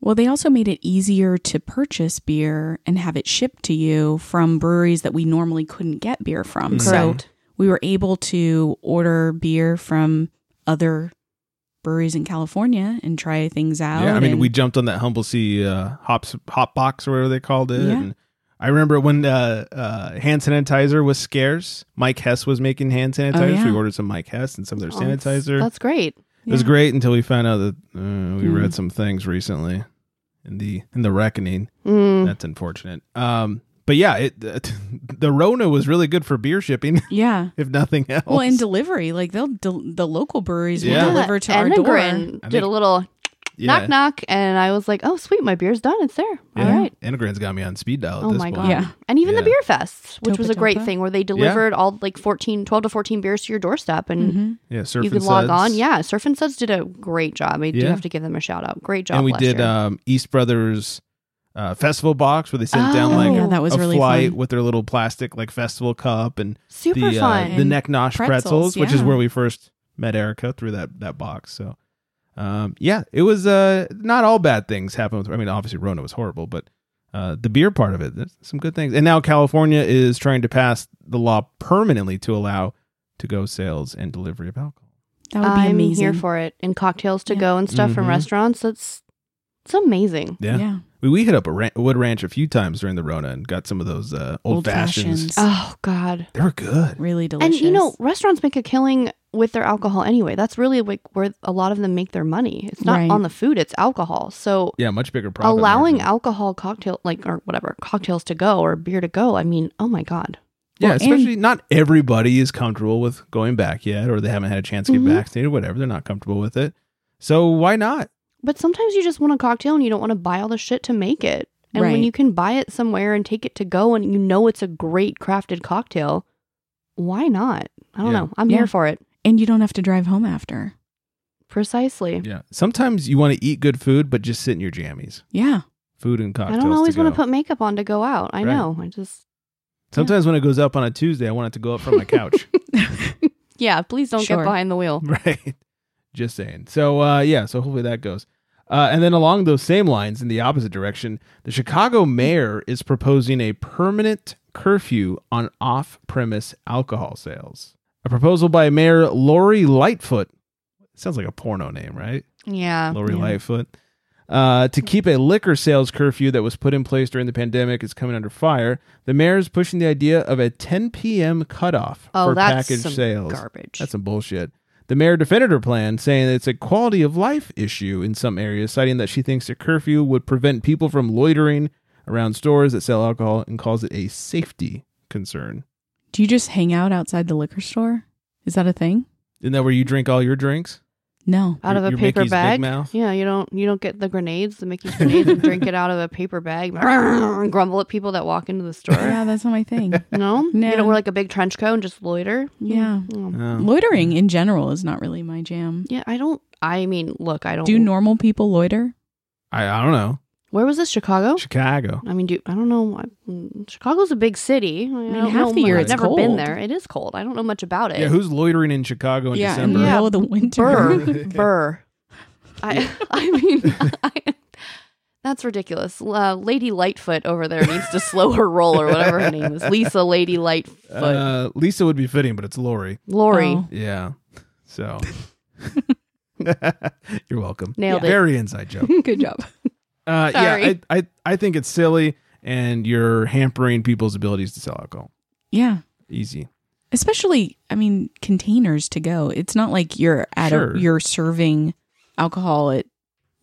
[SPEAKER 8] Well, they also made it easier to purchase beer and have it shipped to you from breweries that we normally couldn't get beer from. So
[SPEAKER 7] Correct.
[SPEAKER 8] we were able to order beer from other breweries in California and try things out.
[SPEAKER 6] yeah, I mean,
[SPEAKER 8] and-
[SPEAKER 6] we jumped on that humble sea uh, hops hop box or whatever they called it.
[SPEAKER 8] Yeah.
[SPEAKER 6] And I remember when uh, uh, hand sanitizer was scarce. Mike Hess was making hand sanitizer.
[SPEAKER 8] yeah.
[SPEAKER 6] We ordered some Mike Hess and some of their
[SPEAKER 7] Oh, that's-
[SPEAKER 6] sanitizer.
[SPEAKER 7] That's great.
[SPEAKER 6] It was
[SPEAKER 8] Yeah.
[SPEAKER 6] great until we found out that uh, we
[SPEAKER 8] Mm.
[SPEAKER 6] read some things recently in the in the reckoning.
[SPEAKER 7] Mm.
[SPEAKER 6] That's unfortunate. Um, but yeah, it [LAUGHS] the, the Rona was really good for beer shipping, [LAUGHS]
[SPEAKER 8] Yeah.
[SPEAKER 6] if nothing else.
[SPEAKER 8] Well, and delivery, like they'll del- the local breweries
[SPEAKER 6] Yeah.
[SPEAKER 8] will deliver to our door.
[SPEAKER 7] Enneagram
[SPEAKER 6] I
[SPEAKER 7] did
[SPEAKER 6] think-
[SPEAKER 7] a little
[SPEAKER 6] yeah.
[SPEAKER 7] knock knock, and I was like, oh, sweet, my beer's done. It's there.
[SPEAKER 6] Yeah.
[SPEAKER 7] All right.
[SPEAKER 6] Anagram's got me on speed dial. At
[SPEAKER 7] Oh
[SPEAKER 6] this
[SPEAKER 7] my
[SPEAKER 6] point.
[SPEAKER 7] god.
[SPEAKER 8] Yeah.
[SPEAKER 7] And even the
[SPEAKER 6] Yeah.
[SPEAKER 7] beer fest, which
[SPEAKER 8] Topa
[SPEAKER 7] was a great
[SPEAKER 8] Topa.
[SPEAKER 7] thing where they delivered all like 14 12 to 14 beers to your doorstep and
[SPEAKER 8] hmm
[SPEAKER 6] yeah. Surf
[SPEAKER 7] you
[SPEAKER 6] and
[SPEAKER 7] could log
[SPEAKER 6] Suds.
[SPEAKER 7] on. Yeah, Surf and Suds did a great job. I do
[SPEAKER 6] Yeah.
[SPEAKER 7] have to give them a shout out. Great job
[SPEAKER 6] and we
[SPEAKER 7] last
[SPEAKER 6] did
[SPEAKER 7] year.
[SPEAKER 6] um, East Brothers uh, festival box where they sent down
[SPEAKER 7] Oh.
[SPEAKER 6] like
[SPEAKER 7] Yeah,
[SPEAKER 8] that was
[SPEAKER 6] a
[SPEAKER 8] really
[SPEAKER 6] flight
[SPEAKER 8] fun.
[SPEAKER 6] with their little plastic like festival cup and
[SPEAKER 7] Super
[SPEAKER 6] the
[SPEAKER 7] fun.
[SPEAKER 6] Uh, the
[SPEAKER 8] And
[SPEAKER 6] neck nosh pretzels,
[SPEAKER 8] pretzels,
[SPEAKER 6] which is
[SPEAKER 8] yeah.
[SPEAKER 6] where we first met Erica through that that box. So, um, yeah, it was uh not all bad things happened. With, I mean, obviously Rona was horrible, but uh, the beer part of it, there's some good things. And now California is trying to pass the law permanently to allow to go sales and delivery of alcohol.
[SPEAKER 8] That would be
[SPEAKER 7] I'm
[SPEAKER 8] amazing.
[SPEAKER 7] here for it. And cocktails to
[SPEAKER 8] Yeah.
[SPEAKER 7] go and stuff
[SPEAKER 6] Mhm.
[SPEAKER 7] from restaurants. That's it's amazing.
[SPEAKER 8] Yeah.
[SPEAKER 6] We, we hit up a ran- wood ranch a few times during the Rona and got some of those uh, old,
[SPEAKER 8] Old
[SPEAKER 6] fashions.
[SPEAKER 8] fashions.
[SPEAKER 7] Oh god.
[SPEAKER 6] They were good.
[SPEAKER 8] Really delicious.
[SPEAKER 7] And you know, restaurants make a killing with their alcohol anyway. That's really like where a lot of them make their money. It's not
[SPEAKER 8] Right.
[SPEAKER 7] on the food, it's alcohol. So
[SPEAKER 6] Yeah, much bigger problem.
[SPEAKER 7] allowing alcohol cocktail like or whatever cocktails to go or beer to go i mean oh my god
[SPEAKER 6] Yeah,
[SPEAKER 8] Well, and-
[SPEAKER 6] especially not everybody is comfortable with going back yet, or they haven't had a chance to get
[SPEAKER 7] Mhm.
[SPEAKER 6] vaccinated, whatever. They're not comfortable with it. So why not?
[SPEAKER 7] but sometimes you just want a cocktail and you don't want to buy all the shit to make it and
[SPEAKER 8] Right.
[SPEAKER 7] when you can buy it somewhere and take it to go and you know it's a great crafted cocktail why not i don't
[SPEAKER 6] Yeah.
[SPEAKER 7] know i'm
[SPEAKER 8] Yeah.
[SPEAKER 7] here for it
[SPEAKER 8] and you don't have to drive home after.
[SPEAKER 7] precisely
[SPEAKER 6] Yeah. Sometimes you want to eat good food, but just sit in your jammies.
[SPEAKER 8] Yeah.
[SPEAKER 6] Food and cocktails.
[SPEAKER 7] i don't always
[SPEAKER 6] want
[SPEAKER 7] want to put makeup on to go out i
[SPEAKER 6] Right.
[SPEAKER 7] know i just
[SPEAKER 6] Sometimes when it goes up on a Tuesday, I want it to go up from my
[SPEAKER 7] [LAUGHS]
[SPEAKER 6] couch.
[SPEAKER 7] yeah please don't
[SPEAKER 8] Sure.
[SPEAKER 7] get behind the wheel
[SPEAKER 6] [LAUGHS] right. Just saying. So uh, yeah. So hopefully that goes. Uh, and then along those same lines, in the opposite direction, the Chicago mayor is proposing a permanent curfew on off-premise alcohol sales. A proposal by Mayor Lori Lightfoot. Sounds like a porno name, right?
[SPEAKER 7] yeah
[SPEAKER 6] Lori
[SPEAKER 8] Yeah.
[SPEAKER 6] Lightfoot. Uh, to keep a liquor sales curfew that was put in place during the pandemic is coming under fire. The mayor is pushing the idea of a 10 p.m. cutoff
[SPEAKER 7] oh
[SPEAKER 6] for
[SPEAKER 7] that's
[SPEAKER 6] package
[SPEAKER 7] some
[SPEAKER 6] sales.
[SPEAKER 7] garbage
[SPEAKER 6] That's some bullshit. The mayor defended her plan, saying it's a quality of life issue in some areas, citing that she thinks a curfew would prevent people from loitering around stores that sell alcohol and calls it a safety concern.
[SPEAKER 8] Do you just hang out outside the liquor store? Is that a thing?
[SPEAKER 6] Isn't that where you drink all your drinks?
[SPEAKER 8] No.
[SPEAKER 7] out of
[SPEAKER 6] Your-
[SPEAKER 7] a
[SPEAKER 6] your
[SPEAKER 7] paper
[SPEAKER 6] Mickey's Big
[SPEAKER 7] bag.
[SPEAKER 6] Mouth?
[SPEAKER 7] Yeah, you don't you don't get the grenades, the Mickey's grenades, and drink it out of a paper bag. and [LAUGHS] grumble at people that walk into the store.
[SPEAKER 8] yeah, that's not my thing.
[SPEAKER 7] No,
[SPEAKER 8] No.
[SPEAKER 7] you don't wear like a big trench coat and just loiter.
[SPEAKER 8] Yeah.
[SPEAKER 7] Mm.
[SPEAKER 6] No.
[SPEAKER 8] Loitering in general is not really my jam.
[SPEAKER 7] yeah. I don't. I mean, look, I don't.
[SPEAKER 8] Do normal people loiter?
[SPEAKER 6] I, I don't know.
[SPEAKER 7] Where was this? Chicago.
[SPEAKER 6] Chicago.
[SPEAKER 7] I mean, do I don't know. I- mm, Chicago's a big city. I, mean,
[SPEAKER 8] half the year
[SPEAKER 7] I've
[SPEAKER 8] it's
[SPEAKER 7] never been
[SPEAKER 8] cold.
[SPEAKER 7] there. It is cold. I don't know much about it.
[SPEAKER 6] Yeah, who's loitering in Chicago in
[SPEAKER 8] yeah,
[SPEAKER 6] Oh,
[SPEAKER 8] in
[SPEAKER 6] December?
[SPEAKER 8] the
[SPEAKER 7] Yeah.
[SPEAKER 8] [LAUGHS] middle of the
[SPEAKER 7] [LAUGHS]
[SPEAKER 8] winter.
[SPEAKER 7] Burr. Burr. I, I mean, I, That's ridiculous. Uh, Lady Lightfoot over there needs to slow her roll or whatever her name is. Lisa Lady Lightfoot.
[SPEAKER 6] Uh, Lisa would be fitting, but it's Lori.
[SPEAKER 7] Lori.
[SPEAKER 6] [LAUGHS]
[SPEAKER 8] Oh.
[SPEAKER 6] Yeah. So [LAUGHS] you're welcome.
[SPEAKER 7] Nailed it.
[SPEAKER 6] Very inside
[SPEAKER 7] [LAUGHS]
[SPEAKER 6] joke.
[SPEAKER 7] Good job.
[SPEAKER 6] Uh, yeah,
[SPEAKER 7] Sorry.
[SPEAKER 6] I, I I think it's silly, and you're hampering people's abilities to sell alcohol.
[SPEAKER 8] Yeah.
[SPEAKER 6] Easy.
[SPEAKER 8] Especially, I mean, containers to go. It's not like you're at
[SPEAKER 6] Sure.
[SPEAKER 8] a, you're serving alcohol at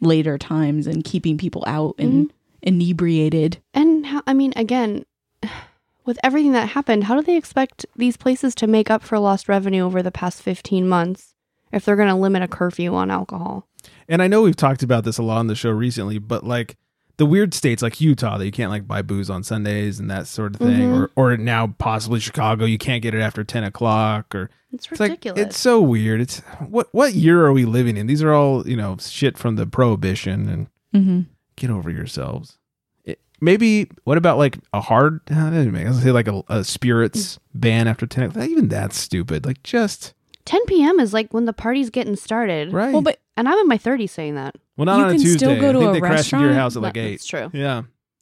[SPEAKER 8] later times and keeping people out and inebriated.
[SPEAKER 7] And how, I mean, again, [SIGHS] with everything that happened, how do they expect these places to make up for lost revenue over the past 15 months if they're going to limit a curfew on alcohol?
[SPEAKER 6] And I know we've talked about this a lot on the show recently, but like the weird states like Utah that you can't like buy booze on Sundays and that sort of thing,
[SPEAKER 7] Mhm.
[SPEAKER 6] or or now possibly Chicago, you can't get it after ten o'clock, or
[SPEAKER 7] It's
[SPEAKER 6] it's
[SPEAKER 7] ridiculous.
[SPEAKER 6] like it's so weird. It's what what year are we living in? These are all you know shit from the prohibition and
[SPEAKER 8] Mm-hmm.
[SPEAKER 6] get over yourselves. It, maybe what about like a hard? [LAUGHS] I didn't make. I was gonna say like a, a spirits ban after ten. o'clock. Even that's stupid. Like just
[SPEAKER 7] 10 p.m. is like when the party's getting started.
[SPEAKER 6] right.
[SPEAKER 8] Well, but
[SPEAKER 7] And I'm in my 30s saying that.
[SPEAKER 6] Well, not
[SPEAKER 8] you
[SPEAKER 6] on a
[SPEAKER 8] can
[SPEAKER 6] Tuesday.
[SPEAKER 8] still go to
[SPEAKER 6] I think
[SPEAKER 8] a
[SPEAKER 6] they crash into your
[SPEAKER 8] restaurant.
[SPEAKER 6] house at
[SPEAKER 7] That-
[SPEAKER 6] like eight.
[SPEAKER 7] That's true.
[SPEAKER 6] Yeah,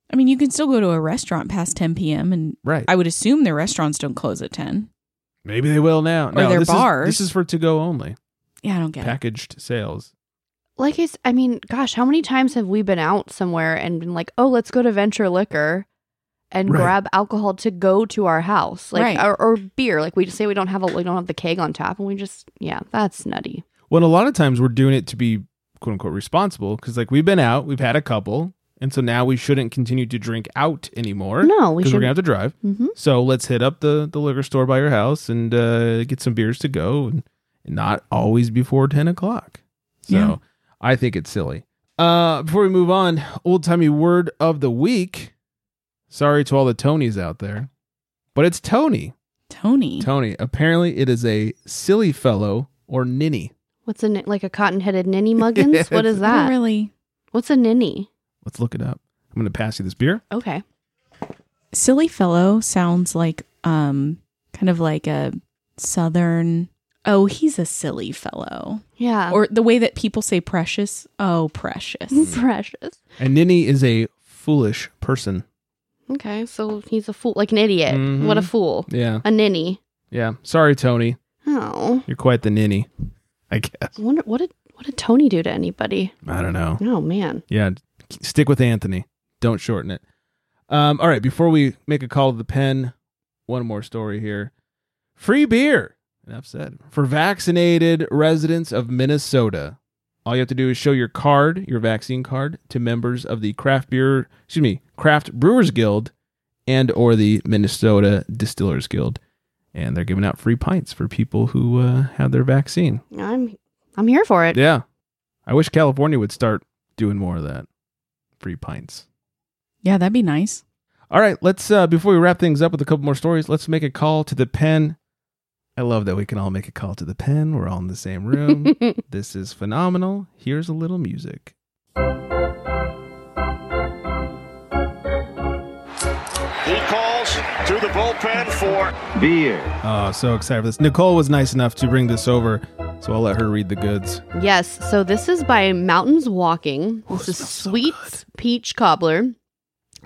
[SPEAKER 8] I mean, you can still go to a restaurant past 10 p.m. and
[SPEAKER 6] right.
[SPEAKER 8] I would assume their restaurants don't close at 10.
[SPEAKER 6] maybe they will now.
[SPEAKER 8] Or their
[SPEAKER 6] this
[SPEAKER 8] bars.
[SPEAKER 6] Is, this is for to go only.
[SPEAKER 8] Yeah, I don't get it.
[SPEAKER 6] Packaged sales.
[SPEAKER 7] Like, it's, I mean, gosh, how many times have we been out somewhere and been like, oh, let's go to Venture Liquor and
[SPEAKER 6] Right.
[SPEAKER 7] grab alcohol to go to our house? Like,
[SPEAKER 8] Right.
[SPEAKER 7] or, or beer. Like, we just say we don't have a, we don't have the keg on tap and we just, yeah, that's nutty.
[SPEAKER 6] Well, a lot of times we're doing it to be quote unquote responsible because like we've been out, we've had a couple, and so now we shouldn't continue to drink out anymore.
[SPEAKER 7] No, we
[SPEAKER 6] because we're
[SPEAKER 7] shouldn't.
[SPEAKER 6] gonna have to drive.
[SPEAKER 7] Mm-hmm.
[SPEAKER 6] So let's hit up the the liquor store by your house and uh, get some beers to go, and not always before ten o'clock. So
[SPEAKER 8] Yeah.
[SPEAKER 6] I think it's silly. Uh, before we move on, old timey word of the week. Sorry to all the Tonys out there, but it's Tony.
[SPEAKER 8] Tony.
[SPEAKER 6] Tony. Apparently, it is a silly fellow or ninny.
[SPEAKER 7] What's a ni- like a cotton-headed ninny muggins? what is
[SPEAKER 8] Not
[SPEAKER 7] that?
[SPEAKER 8] really.
[SPEAKER 7] What's a ninny?
[SPEAKER 6] Let's look it up. I'm going to pass you this beer.
[SPEAKER 7] Okay,
[SPEAKER 8] Silly fellow sounds like um kind of like a southern oh, he's a silly fellow.
[SPEAKER 7] yeah, [LAUGHS] Mm-hmm.
[SPEAKER 8] Or [LAUGHS] the way that people say precious. Oh, precious.
[SPEAKER 7] precious.
[SPEAKER 6] And ninny is a foolish person.
[SPEAKER 7] Okay, so he's a fool, like an idiot. What a
[SPEAKER 6] Mhm.
[SPEAKER 7] fool,
[SPEAKER 6] Yeah,
[SPEAKER 7] a ninny.
[SPEAKER 6] yeah. Sorry, Tony.
[SPEAKER 7] Oh,
[SPEAKER 6] You're quite the ninny. I guess.
[SPEAKER 7] I wonder what did what did Tony do to anybody?
[SPEAKER 6] I don't know.
[SPEAKER 7] Oh man,
[SPEAKER 6] Yeah, stick with Anthony. Don't shorten it. Um, all right, before we make a call to the pen, one more story here. Free beer. Enough said. For vaccinated residents of Minnesota. All you have to do is show your card, your vaccine card, to members of the craft beer, excuse me, craft brewers guild and or the Minnesota Distillers Guild. And they're giving out free pints for people who uh, have their vaccine.
[SPEAKER 7] I'm I'm here for it.
[SPEAKER 6] Yeah. I wish California would start doing more of that. Free pints.
[SPEAKER 8] yeah, that'd be nice.
[SPEAKER 6] All right, let's uh before we wrap things up with a couple more stories, let's make a call to the pen. I love that we can all make a call to the pen. We're all in the same room. this is phenomenal. Here's a little music.
[SPEAKER 10] He calls to the bullpen for
[SPEAKER 3] Beer.
[SPEAKER 6] Oh, so excited for this. Nicole was nice enough to bring this over, so I'll let her read the goods.
[SPEAKER 7] Yes, so this is by Mountains Walking. This is Sweets Peach Cobbler,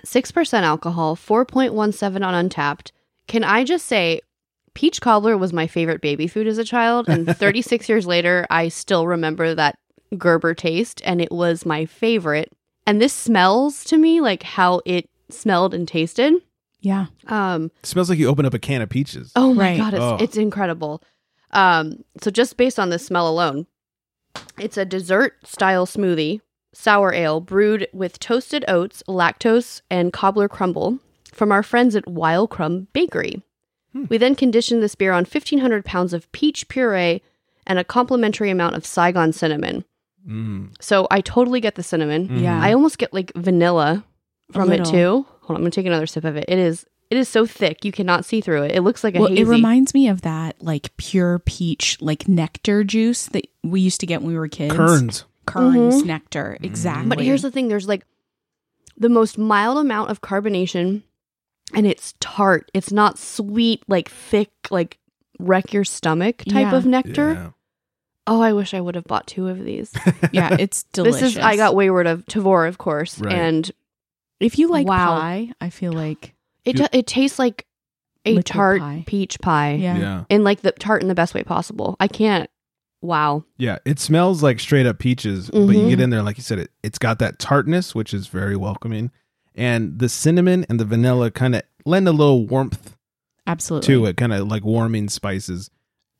[SPEAKER 7] 6% alcohol, 4.17 on untapped. Can I just say, peach cobbler was my favorite baby food as a child. And 36 years later, I still remember that Gerber taste, and it was my favorite. And this smells to me like how it smelled and tasted.
[SPEAKER 8] Yeah.
[SPEAKER 7] Um,
[SPEAKER 6] smells like you open up a can of peaches.
[SPEAKER 7] Oh my
[SPEAKER 8] Right.
[SPEAKER 7] god, it's,
[SPEAKER 6] Oh.
[SPEAKER 7] it's incredible. Um, so just based on the smell alone, it's a dessert style smoothie, sour ale brewed with toasted oats, lactose, and cobbler crumble from our friends at Wild Crumb Bakery.
[SPEAKER 6] Hmm.
[SPEAKER 7] We then conditioned this beer on 1,500 pounds of peach puree and a complimentary amount of Saigon cinnamon.
[SPEAKER 6] Mm. Mm-hmm.
[SPEAKER 7] So I totally get the cinnamon.
[SPEAKER 8] Yeah.
[SPEAKER 7] I almost get like vanilla from it
[SPEAKER 8] little.
[SPEAKER 7] too. Hold on, I'm gonna take another sip of it. It is it is so thick you cannot see through it. It looks like a
[SPEAKER 8] well,
[SPEAKER 7] hazy.
[SPEAKER 8] it reminds me of that like pure peach, like nectar juice that we used to get when we were kids.
[SPEAKER 6] Kerns.
[SPEAKER 8] Kerns nectar. Exactly.
[SPEAKER 7] Mm-hmm. but here's the thing: there's like the most mild amount of carbonation, and it's tart. It's not sweet, like thick, like wreck your stomach type
[SPEAKER 8] Yeah.
[SPEAKER 7] of nectar. oh, I wish I would have bought two of these.
[SPEAKER 6] [LAUGHS]
[SPEAKER 8] Yeah, it's
[SPEAKER 7] [LAUGHS]
[SPEAKER 8] delicious.
[SPEAKER 7] this is I got wayward of Tavor, of course,
[SPEAKER 6] Right.
[SPEAKER 7] and
[SPEAKER 8] If you like
[SPEAKER 7] Wow.
[SPEAKER 8] pie, I feel like
[SPEAKER 7] it
[SPEAKER 6] You-
[SPEAKER 7] it tastes like a
[SPEAKER 8] Liquid
[SPEAKER 7] tart
[SPEAKER 8] pie.
[SPEAKER 7] peach pie,
[SPEAKER 8] yeah.
[SPEAKER 6] yeah.
[SPEAKER 7] and like the tart in the best way possible. I can't. Wow.
[SPEAKER 6] Yeah, it smells like straight up peaches, but you
[SPEAKER 7] Mhm.
[SPEAKER 6] get in there, like you said, it, it's got that tartness, which is very welcoming. And the cinnamon and the vanilla kind of lend a little warmth
[SPEAKER 8] absolutely.
[SPEAKER 6] to it, kind of like warming spices.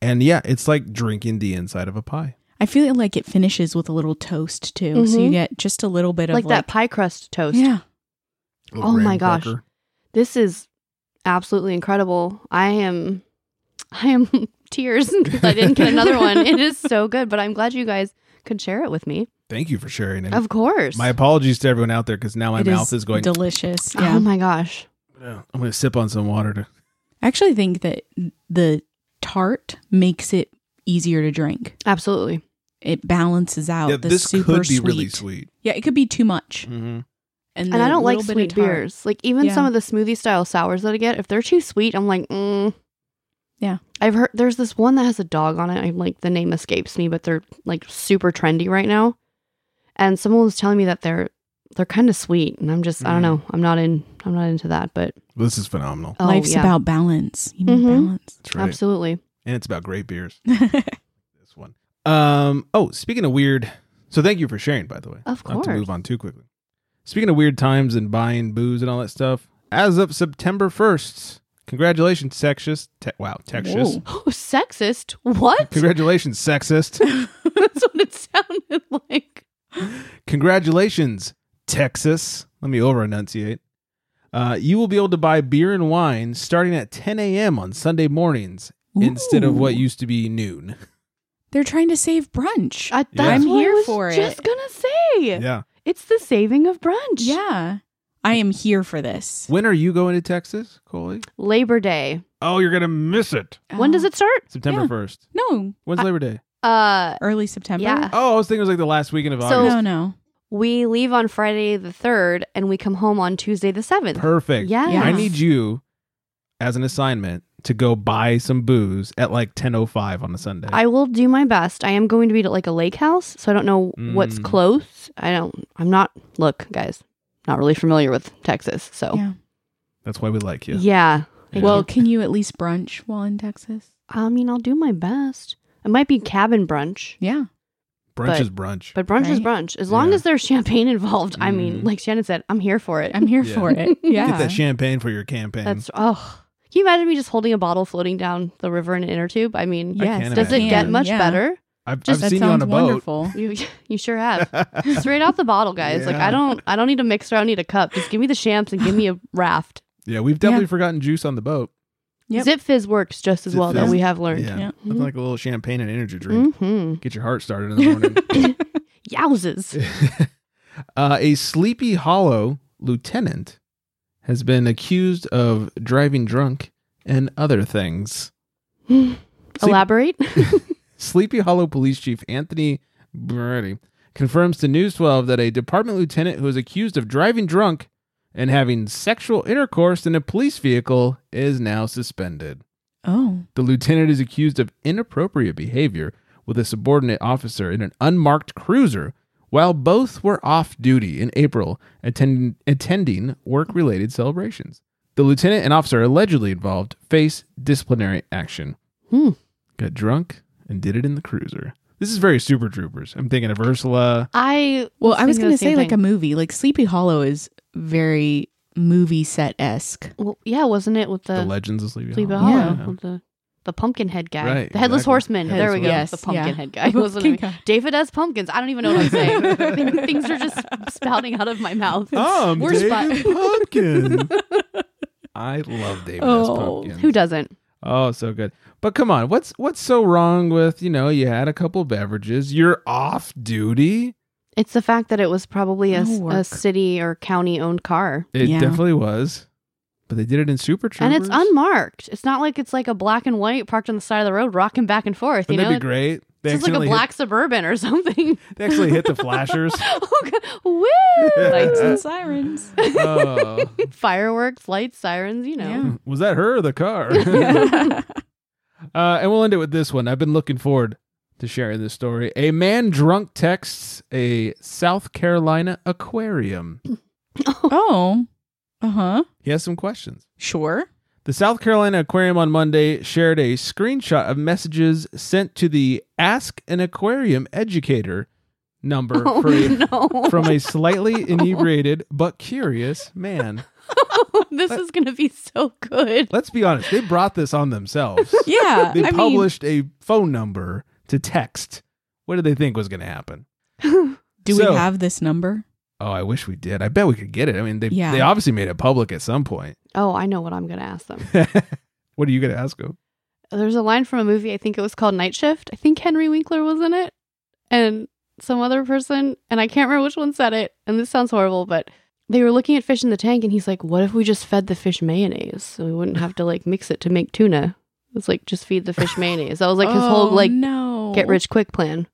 [SPEAKER 6] And yeah, it's like drinking the inside of a pie.
[SPEAKER 8] I feel like it finishes with a little toast too, so you
[SPEAKER 7] Mhm.
[SPEAKER 8] get just a little bit
[SPEAKER 7] Like,
[SPEAKER 8] of
[SPEAKER 7] that pie crust toast.
[SPEAKER 8] Yeah,
[SPEAKER 6] Little
[SPEAKER 7] Oh
[SPEAKER 6] graham
[SPEAKER 7] my gosh.
[SPEAKER 6] cracker.
[SPEAKER 7] This is absolutely incredible. I am I am [LAUGHS] tears because I didn't get another one. It is so good, but I'm glad you guys could share it with me.
[SPEAKER 6] Thank you for sharing it.
[SPEAKER 7] Of course.
[SPEAKER 6] My apologies to everyone out there because now my
[SPEAKER 8] It
[SPEAKER 6] mouth is, going.
[SPEAKER 8] delicious. Yeah,
[SPEAKER 7] Oh my gosh.
[SPEAKER 6] I'm going to sip on some water. To-
[SPEAKER 8] I actually think that the tart makes it easier to drink.
[SPEAKER 7] Absolutely.
[SPEAKER 8] It balances out
[SPEAKER 6] yeah,
[SPEAKER 8] the
[SPEAKER 6] this
[SPEAKER 8] Oh, super
[SPEAKER 6] could be
[SPEAKER 8] sweet.
[SPEAKER 6] really sweet.
[SPEAKER 8] Yeah, it could be too much,
[SPEAKER 6] Mm-hmm.
[SPEAKER 8] and,
[SPEAKER 7] And
[SPEAKER 8] the
[SPEAKER 7] I don't like
[SPEAKER 8] little bit
[SPEAKER 7] sweet
[SPEAKER 8] of tart-
[SPEAKER 7] beers. Like even
[SPEAKER 8] Yeah.
[SPEAKER 7] some of the smoothie style sours that I get, if they're too sweet, I'm like, mm.
[SPEAKER 8] Yeah.
[SPEAKER 7] I've heard there's this one that has a dog on it. I'm like the name escapes me, but they're like super trendy right now. And someone was telling me that they're they're kind of sweet, and I'm just I don't know. I'm not in I'm not into that, but
[SPEAKER 6] This is phenomenal.
[SPEAKER 7] oh,
[SPEAKER 8] Life's
[SPEAKER 7] yeah.
[SPEAKER 8] about balance. You need
[SPEAKER 7] Mhm.
[SPEAKER 8] balance.
[SPEAKER 6] That's right.
[SPEAKER 7] Absolutely. [LAUGHS]
[SPEAKER 6] and it's about great beers. this one. Um. Oh, speaking of weird, so thank you for sharing. By the way,
[SPEAKER 7] Of
[SPEAKER 6] Not to
[SPEAKER 7] course.
[SPEAKER 6] move on too quickly. Speaking of weird times and buying booze and all that stuff, as of September first, congratulations, sexist. Te- wow, Texas.
[SPEAKER 8] Whoa.
[SPEAKER 7] Oh, sexist?
[SPEAKER 6] [LAUGHS]
[SPEAKER 7] What?
[SPEAKER 6] Congratulations, sexist.
[SPEAKER 7] [LAUGHS] That's what it sounded like.
[SPEAKER 6] congratulations, Texas. Let me over enunciate. Uh, you will be able to buy beer and wine starting at 10 a.m. on Sunday mornings instead of what
[SPEAKER 8] Ooh.
[SPEAKER 6] used to be noon.
[SPEAKER 8] They're trying to save brunch.
[SPEAKER 7] I,
[SPEAKER 6] Yeah.
[SPEAKER 7] that's
[SPEAKER 8] I'm
[SPEAKER 7] what
[SPEAKER 8] here
[SPEAKER 7] I was
[SPEAKER 8] for it.
[SPEAKER 7] Just gonna say,
[SPEAKER 6] Yeah.
[SPEAKER 7] it's the saving of brunch.
[SPEAKER 8] yeah, I am here for this.
[SPEAKER 6] When are you going to Texas, Coley?
[SPEAKER 7] Labor Day.
[SPEAKER 6] Oh, you're gonna miss it.
[SPEAKER 7] When does it start?
[SPEAKER 6] September
[SPEAKER 8] Yeah.
[SPEAKER 6] first.
[SPEAKER 8] No,
[SPEAKER 6] When's Labor Day?
[SPEAKER 7] Uh,
[SPEAKER 8] early September.
[SPEAKER 7] Yeah.
[SPEAKER 6] Oh, I was thinking it was like the last weekend of
[SPEAKER 7] So-
[SPEAKER 6] August.
[SPEAKER 8] No, no.
[SPEAKER 7] we leave on Friday the third, and we come home on Tuesday the seventh.
[SPEAKER 6] Perfect.
[SPEAKER 7] Yeah.
[SPEAKER 8] Yeah.
[SPEAKER 6] I need you as an assignment to go buy some booze at like ten oh five on a Sunday.
[SPEAKER 7] I will do my best. I am going to be at like a lake house, so I don't know what's
[SPEAKER 6] Mm.
[SPEAKER 7] close. I don't. I'm not. Look, guys, not really familiar with Texas, so
[SPEAKER 8] Yeah.
[SPEAKER 6] That's why we like you.
[SPEAKER 7] yeah. I
[SPEAKER 8] Well,
[SPEAKER 7] can't-
[SPEAKER 8] can you at least brunch while in Texas?
[SPEAKER 7] I mean, I'll do my best. It might be cabin brunch.
[SPEAKER 8] Yeah.
[SPEAKER 6] brunch
[SPEAKER 7] but-
[SPEAKER 6] is brunch.
[SPEAKER 7] But brunch is
[SPEAKER 8] Right. Mm-hmm.
[SPEAKER 7] brunch. As long
[SPEAKER 6] Yeah.
[SPEAKER 7] as there's champagne involved, I mean,
[SPEAKER 6] Mhm.
[SPEAKER 7] like Shannon said, I'm here for it.
[SPEAKER 8] I'm here
[SPEAKER 6] Yeah.
[SPEAKER 7] [LAUGHS]
[SPEAKER 8] for it. Yeah.
[SPEAKER 6] Get that champagne for your campaign.
[SPEAKER 7] That's oh. Can you imagine me just holding a bottle floating down the river in an inner tube? I mean,
[SPEAKER 6] Yeah.
[SPEAKER 8] yes.
[SPEAKER 6] can't
[SPEAKER 7] does it
[SPEAKER 6] imagine
[SPEAKER 7] get
[SPEAKER 6] that.
[SPEAKER 7] much
[SPEAKER 8] Yeah.
[SPEAKER 7] better?
[SPEAKER 6] I've,
[SPEAKER 7] just-
[SPEAKER 6] I've
[SPEAKER 8] that
[SPEAKER 6] seen you on
[SPEAKER 8] sounds
[SPEAKER 6] a boat.
[SPEAKER 8] wonderful.
[SPEAKER 7] You [LAUGHS] you sure have. Straight out the bottle, guys. Like
[SPEAKER 6] Yeah.
[SPEAKER 7] I don't I don't need a mixer, I don't need a cup. Just give me the champs and give me
[SPEAKER 8] [LAUGHS]
[SPEAKER 7] a raft.
[SPEAKER 6] [LAUGHS] yeah, we've definitely forgotten juice on the boat.
[SPEAKER 8] Yep.
[SPEAKER 7] Zip fizz works just as
[SPEAKER 6] Zip
[SPEAKER 7] well that
[SPEAKER 6] fizz.
[SPEAKER 7] we have learned.
[SPEAKER 6] Yeah.
[SPEAKER 8] Yeah.
[SPEAKER 6] Nothing like a little champagne and energy drink.
[SPEAKER 7] Mm-hmm.
[SPEAKER 6] Get your heart started in the
[SPEAKER 7] [LAUGHS]
[SPEAKER 6] morning.
[SPEAKER 7] Yowzes.
[SPEAKER 6] [LAUGHS] Uh, a Sleepy Hollow lieutenant has been accused of driving drunk and other things. Sleep-
[SPEAKER 7] Elaborate. [LAUGHS]
[SPEAKER 6] Sleepy Hollow Police Chief Anthony Brady confirms to News 12 that a department lieutenant who is accused of driving drunk and having sexual intercourse in a police vehicle is now suspended.
[SPEAKER 8] Oh.
[SPEAKER 6] The lieutenant is accused of inappropriate behavior with a subordinate officer in an unmarked cruiser while both were off duty in April attend- attending work related celebrations. The lieutenant and officer allegedly involved face disciplinary action.
[SPEAKER 7] Hmm.
[SPEAKER 6] Got drunk and did it in the cruiser. This is very Super Troopers. I'm thinking of Ursula.
[SPEAKER 7] I
[SPEAKER 8] Well, I was
[SPEAKER 7] thinking
[SPEAKER 8] going to
[SPEAKER 7] the same
[SPEAKER 8] say like um, a
[SPEAKER 7] thing.
[SPEAKER 8] movie. Like Sleepy Hollow is very movie set
[SPEAKER 7] [LAUGHS]
[SPEAKER 8] esque.
[SPEAKER 7] well, yeah, wasn't it with
[SPEAKER 6] The
[SPEAKER 7] the,
[SPEAKER 6] Legends of Sleepy,
[SPEAKER 7] Sleepy
[SPEAKER 6] Hollow.
[SPEAKER 7] Hollow
[SPEAKER 6] Yeah.
[SPEAKER 7] with the the pumpkin head guy,
[SPEAKER 6] Right,
[SPEAKER 7] the headless
[SPEAKER 6] exactly.
[SPEAKER 7] horseman.
[SPEAKER 6] Headless
[SPEAKER 7] there we go.
[SPEAKER 8] horseman.
[SPEAKER 7] the pumpkin
[SPEAKER 8] Yes,
[SPEAKER 7] head
[SPEAKER 8] yeah.
[SPEAKER 7] guy.
[SPEAKER 8] The
[SPEAKER 7] Wasn't it?
[SPEAKER 8] pumpkin guy.
[SPEAKER 7] David S. Pumpkins. I don't even know what I'm
[SPEAKER 8] [LAUGHS]
[SPEAKER 7] saying. Thing- Things
[SPEAKER 6] [LAUGHS]
[SPEAKER 7] are just spouting out of my mouth.
[SPEAKER 6] Um,
[SPEAKER 7] We're spot- [LAUGHS]
[SPEAKER 6] Pumpkin. I love David S.
[SPEAKER 8] Oh.
[SPEAKER 6] Pumpkin.
[SPEAKER 7] Who doesn't?
[SPEAKER 6] Oh, so good. But come on, what's what's so wrong with, you know, you had a couple beverages, you're off duty?
[SPEAKER 7] It's the fact that it was probably a,
[SPEAKER 8] No
[SPEAKER 7] s- a
[SPEAKER 8] work.
[SPEAKER 7] city or county owned car.
[SPEAKER 6] It
[SPEAKER 8] Yeah.
[SPEAKER 6] definitely was. But they did it in Super Troopers.
[SPEAKER 7] And it's unmarked. It's not like it's like a black and white parked on the side of the road, rocking back and forth.
[SPEAKER 6] Wouldn't
[SPEAKER 7] you
[SPEAKER 6] that
[SPEAKER 7] know,
[SPEAKER 6] be great? They
[SPEAKER 7] it's just like a
[SPEAKER 6] accidentally
[SPEAKER 7] black suburban or [LAUGHS] something.
[SPEAKER 6] hit, they actually
[SPEAKER 7] [LAUGHS]
[SPEAKER 6] hit the flashers.
[SPEAKER 7] Oh, God.
[SPEAKER 8] [LAUGHS]
[SPEAKER 7] Woo!
[SPEAKER 8] Lights and sirens.
[SPEAKER 6] Oh.
[SPEAKER 7] Fireworks, lights, sirens. You know.
[SPEAKER 8] Yeah.
[SPEAKER 6] Was [LAUGHS] that her or the car? uh, and we'll end it with this one. I've been looking forward to share in this story. A man drunk texts a South Carolina aquarium.
[SPEAKER 8] Oh. Uh huh.
[SPEAKER 6] He has some questions.
[SPEAKER 8] Sure.
[SPEAKER 6] The South Carolina Aquarium on Monday shared a screenshot of messages sent to the Ask an Aquarium Educator number
[SPEAKER 8] Oh,
[SPEAKER 6] for
[SPEAKER 8] [LAUGHS]
[SPEAKER 6] a-
[SPEAKER 7] no.
[SPEAKER 6] from a slightly inebriated but curious man.
[SPEAKER 7] [LAUGHS] this is going to be so good.
[SPEAKER 6] Let's be honest, they brought this on themselves.
[SPEAKER 8] [LAUGHS]
[SPEAKER 6] [LAUGHS]
[SPEAKER 8] Yeah.
[SPEAKER 6] They
[SPEAKER 8] I
[SPEAKER 6] published a phone number to text. What did they think was going to happen?
[SPEAKER 8] mean, [LAUGHS] do
[SPEAKER 6] So-
[SPEAKER 8] we have this number?
[SPEAKER 6] Oh, I wish we did. I bet we could get it. I mean, they
[SPEAKER 8] Yeah.
[SPEAKER 6] they obviously made it public at some point. [LAUGHS]
[SPEAKER 7] Oh, I know what I'm going to ask them.
[SPEAKER 6] What are you going to ask them?
[SPEAKER 7] There's a line from a movie, I think it was called Night Shift. I think Henry Winkler was in it and some other person, and I can't remember which one said it. And this sounds horrible, but they were looking at fish in the tank, and he's like, What if we just fed the fish mayonnaise? So we wouldn't have to like mix it to make tuna. It's like, just feed the fish mayonnaise. That was like his whole
[SPEAKER 8] Oh,
[SPEAKER 7] like
[SPEAKER 8] no.
[SPEAKER 7] get rich quick plan.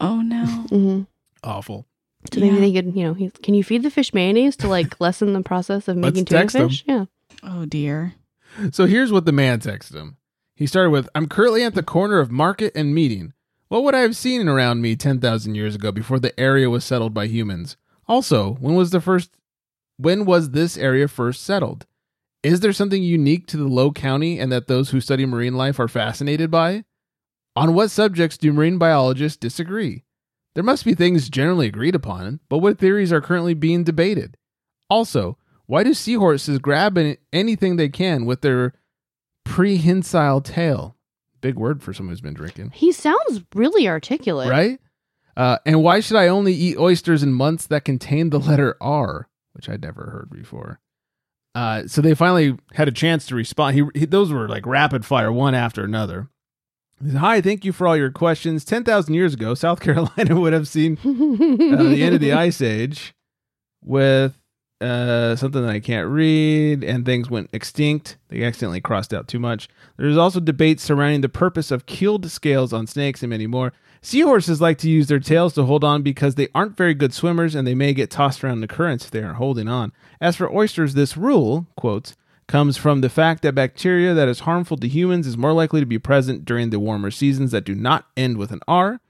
[SPEAKER 8] Oh no.
[SPEAKER 7] Mm-hmm.
[SPEAKER 6] Awful.
[SPEAKER 7] So maybe
[SPEAKER 8] Yeah.
[SPEAKER 7] they could, you know, he's, can you feed the fish mayonnaise to like [LAUGHS] lessen the process of
[SPEAKER 6] Let's
[SPEAKER 7] making tuna
[SPEAKER 6] text 'em.
[SPEAKER 7] fish? Yeah.
[SPEAKER 8] Oh dear.
[SPEAKER 6] So here's what the man texted him. He started with, "I'm currently at the corner of Market and Meeting. What would I have seen around me 10,000 years ago before the area was settled by humans? Also, when was the first when was this area first settled? Is there something unique to the Low County and that those who study marine life are fascinated by? On what subjects do marine biologists disagree? There must be things generally agreed upon, but what theories are currently being debated? Also, why do seahorses grab an- anything they can with their prehensile tail? Big word for someone who's been drinking,
[SPEAKER 7] He sounds really articulate.
[SPEAKER 6] right? Uh, and why should I only eat oysters in months that contain the letter R, which I'd never heard before? Uh, so they finally had a chance to respond. He, he those were like rapid fire, one after another. He said, Hi, thank you for all your questions. Ten thousand years ago, South [LAUGHS] Carolina would have seen uh, the end of the ice age with uh, something that I can't read, and things went extinct. They accidentally crossed out too much. There's also debates surrounding the purpose of keeled scales on snakes and many more. Seahorses like to use their tails to hold on because they aren't very good swimmers and they may get tossed around in the currents if they aren't holding on. As for oysters, this rule, quotes, comes from the fact that bacteria that is harmful to humans is more likely to be present during the warmer seasons that do not end with an R.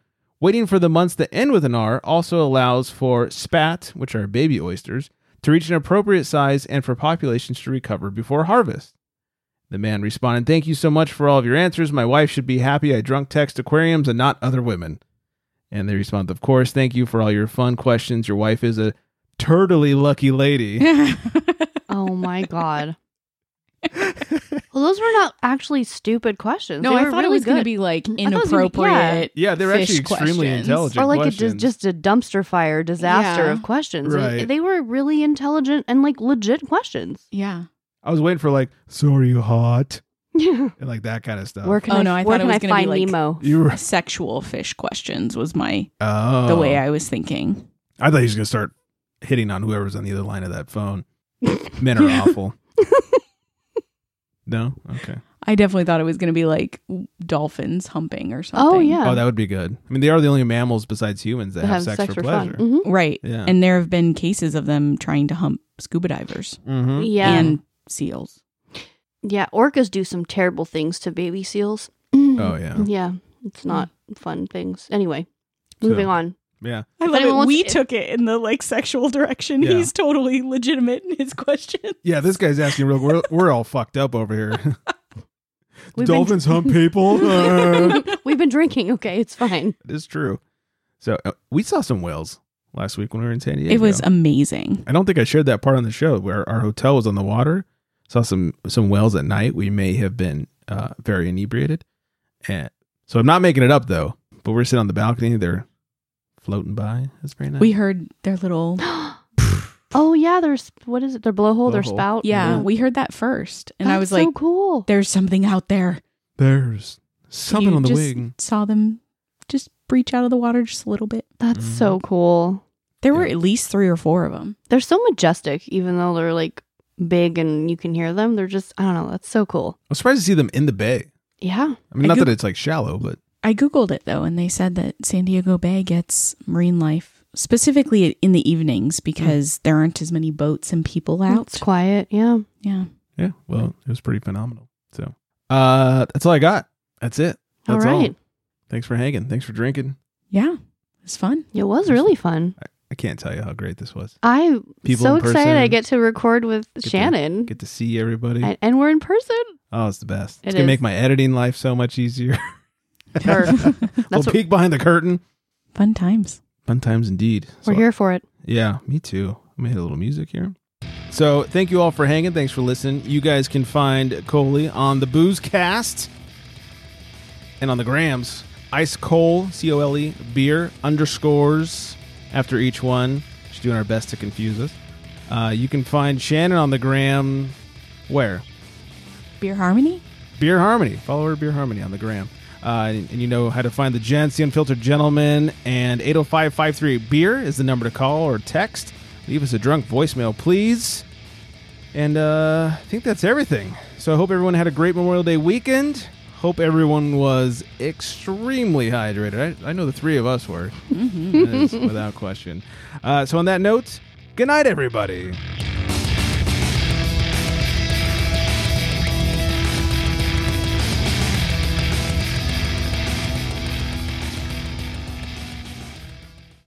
[SPEAKER 6] Waiting for the months that end with an R also allows for spat, which are baby oysters, to reach an appropriate size and for populations to recover before harvest. The man responded, Thank you so much for all of your answers. My wife should be happy I drunk text aquariums and not other women. And they responded, Of course, thank you for all your fun questions. Your wife is a turtly lucky
[SPEAKER 8] [LAUGHS]
[SPEAKER 6] lady.
[SPEAKER 7] Oh
[SPEAKER 6] [LAUGHS]
[SPEAKER 7] my god. well, those were not actually stupid questions.
[SPEAKER 8] no,
[SPEAKER 7] They
[SPEAKER 8] I
[SPEAKER 7] were
[SPEAKER 8] thought it
[SPEAKER 7] really
[SPEAKER 8] was going to
[SPEAKER 7] good.
[SPEAKER 8] be like
[SPEAKER 7] thought it was gonna be- yeah.
[SPEAKER 8] inappropriate.
[SPEAKER 6] Yeah, they're
[SPEAKER 8] fish
[SPEAKER 6] actually extremely
[SPEAKER 8] questions.
[SPEAKER 6] intelligent.
[SPEAKER 7] or like a, dis-
[SPEAKER 6] questions.
[SPEAKER 7] just a dumpster fire disaster
[SPEAKER 8] Yeah.
[SPEAKER 7] of questions. It was-
[SPEAKER 6] Right.
[SPEAKER 7] They were really intelligent and like legit questions.
[SPEAKER 8] Yeah.
[SPEAKER 6] I was waiting for like, so are you hot?
[SPEAKER 7] Yeah.
[SPEAKER 6] And like that kind of stuff.
[SPEAKER 7] Where can
[SPEAKER 8] Oh,
[SPEAKER 7] I,
[SPEAKER 8] no, I
[SPEAKER 7] where
[SPEAKER 8] thought it
[SPEAKER 7] can
[SPEAKER 8] was
[SPEAKER 7] I
[SPEAKER 8] gonna be
[SPEAKER 7] find
[SPEAKER 8] like-
[SPEAKER 7] Nemo?
[SPEAKER 6] you were
[SPEAKER 8] Sexual fish questions was my
[SPEAKER 6] oh.
[SPEAKER 8] the way I was thinking.
[SPEAKER 6] I thought he was gonna start hitting on whoever's on the other line of that phone. Men are awful. no, okay.
[SPEAKER 8] I definitely thought it was going to be like dolphins humping or something.
[SPEAKER 7] Oh yeah.
[SPEAKER 6] Oh, that would be good. I mean, they are the only mammals besides humans that
[SPEAKER 7] They
[SPEAKER 6] have, sex, for, pleasure.
[SPEAKER 7] fun. Mhm.
[SPEAKER 8] Right.
[SPEAKER 6] Yeah.
[SPEAKER 8] And there have been cases of them trying to hump scuba divers
[SPEAKER 6] Mm-hmm.
[SPEAKER 7] Yeah.
[SPEAKER 8] and seals.
[SPEAKER 7] yeah. Orcas do some terrible things to baby seals.
[SPEAKER 6] Oh yeah,
[SPEAKER 7] Yeah. It's not fun things. Anyway, moving
[SPEAKER 6] So-
[SPEAKER 7] on.
[SPEAKER 6] yeah.
[SPEAKER 8] I
[SPEAKER 7] love anyone it. wants- We
[SPEAKER 8] took it in the like sexual direction.
[SPEAKER 6] Yeah. He's
[SPEAKER 8] totally legitimate in his question.
[SPEAKER 6] Yeah, this guy's asking real. We're we're all fucked up over here.
[SPEAKER 7] We've been-
[SPEAKER 6] Dolphins hump people. [LAUGHS] Uh,
[SPEAKER 7] [LAUGHS] We've been drinking. Okay.
[SPEAKER 6] [LAUGHS]
[SPEAKER 7] It's fine.
[SPEAKER 6] it is true. So uh, we saw some whales last week when we were in San Diego.
[SPEAKER 8] It was amazing.
[SPEAKER 6] I don't think I shared that part on the show where our hotel was on the water. Saw some some whales at night. We may have been uh, very inebriated, and so I'm not making it up though. But we're sitting on the balcony. They're floating by. That's very nice.
[SPEAKER 8] We heard
[SPEAKER 6] [GASPS]
[SPEAKER 8] their little
[SPEAKER 7] Oh yeah. There's what is it? Their blowhole. Their
[SPEAKER 6] Blowhole.
[SPEAKER 7] spout.
[SPEAKER 8] yeah. We heard that first, and I
[SPEAKER 7] That's
[SPEAKER 8] was
[SPEAKER 7] so
[SPEAKER 8] like,
[SPEAKER 7] cool.
[SPEAKER 8] "There's something out there."
[SPEAKER 6] There's something
[SPEAKER 8] You
[SPEAKER 6] on the
[SPEAKER 8] just
[SPEAKER 6] wing.
[SPEAKER 8] Saw them just breach out of the water just a little bit.
[SPEAKER 7] That's so
[SPEAKER 6] Mm-hmm.
[SPEAKER 7] cool.
[SPEAKER 8] There were at least three or four of them.
[SPEAKER 7] They're so majestic, even though they're like big and you can hear them. They're just I don't know. That's so cool.
[SPEAKER 6] I'm surprised to see them in the bay.
[SPEAKER 7] Yeah.
[SPEAKER 6] I mean,
[SPEAKER 8] I
[SPEAKER 6] not
[SPEAKER 8] Goog-
[SPEAKER 6] that it's like shallow, but
[SPEAKER 8] I googled it though, and they said that San Diego Bay gets marine life specifically in the evenings
[SPEAKER 6] Hmm.
[SPEAKER 8] because there aren't as many boats and people
[SPEAKER 7] It's
[SPEAKER 8] out.
[SPEAKER 7] quiet. Yeah.
[SPEAKER 8] Yeah,
[SPEAKER 6] yeah. Well, it was pretty phenomenal. So uh, that's all I got. That's it.
[SPEAKER 7] all
[SPEAKER 6] That's
[SPEAKER 7] right.
[SPEAKER 6] Thanks for hanging. Thanks for drinking.
[SPEAKER 8] Yeah, it's fun.
[SPEAKER 7] It was really fun.
[SPEAKER 6] I can't tell you how great this was.
[SPEAKER 7] I'm
[SPEAKER 6] People
[SPEAKER 7] so
[SPEAKER 6] in person.
[SPEAKER 7] excited I get to record with
[SPEAKER 6] to-
[SPEAKER 7] Shannon.
[SPEAKER 6] Get to see everybody.
[SPEAKER 7] and, and we're
[SPEAKER 6] [LAUGHS]
[SPEAKER 7] in person.
[SPEAKER 6] oh, it's the best.
[SPEAKER 7] It
[SPEAKER 6] it's gonna
[SPEAKER 7] is.
[SPEAKER 6] make my editing life so much easier. [LAUGHS]
[SPEAKER 7] Or-
[SPEAKER 6] we'll
[SPEAKER 7] that's what,
[SPEAKER 6] peek behind the curtain.
[SPEAKER 8] Fun times.
[SPEAKER 6] Fun times indeed.
[SPEAKER 7] we're
[SPEAKER 6] So-
[SPEAKER 7] here for it.
[SPEAKER 6] Yeah, me too. I'm gonna hit a little music here. So thank you all for hanging. Thanks for listening. You guys can find Coley on the Booze Cast and on the Grams. Ice Cole C O L E beer underscores after each one. She's doing her best to confuse us. Uh, you can find Shannon on the Gram. Where?
[SPEAKER 8] Beer Harmony?
[SPEAKER 6] Beer Harmony. Follow her Beer Harmony on the gram. Uh, and, and you know how to find the gents, the unfiltered gentleman, and 805-538 beer is the number to call or text. Leave us a drunk voicemail, please. And uh, I think that's everything. So I hope everyone had a great Memorial Day weekend. Hope everyone was extremely hydrated. I, I know the three of us were, That is without question. Uh, so on that note, good night, everybody.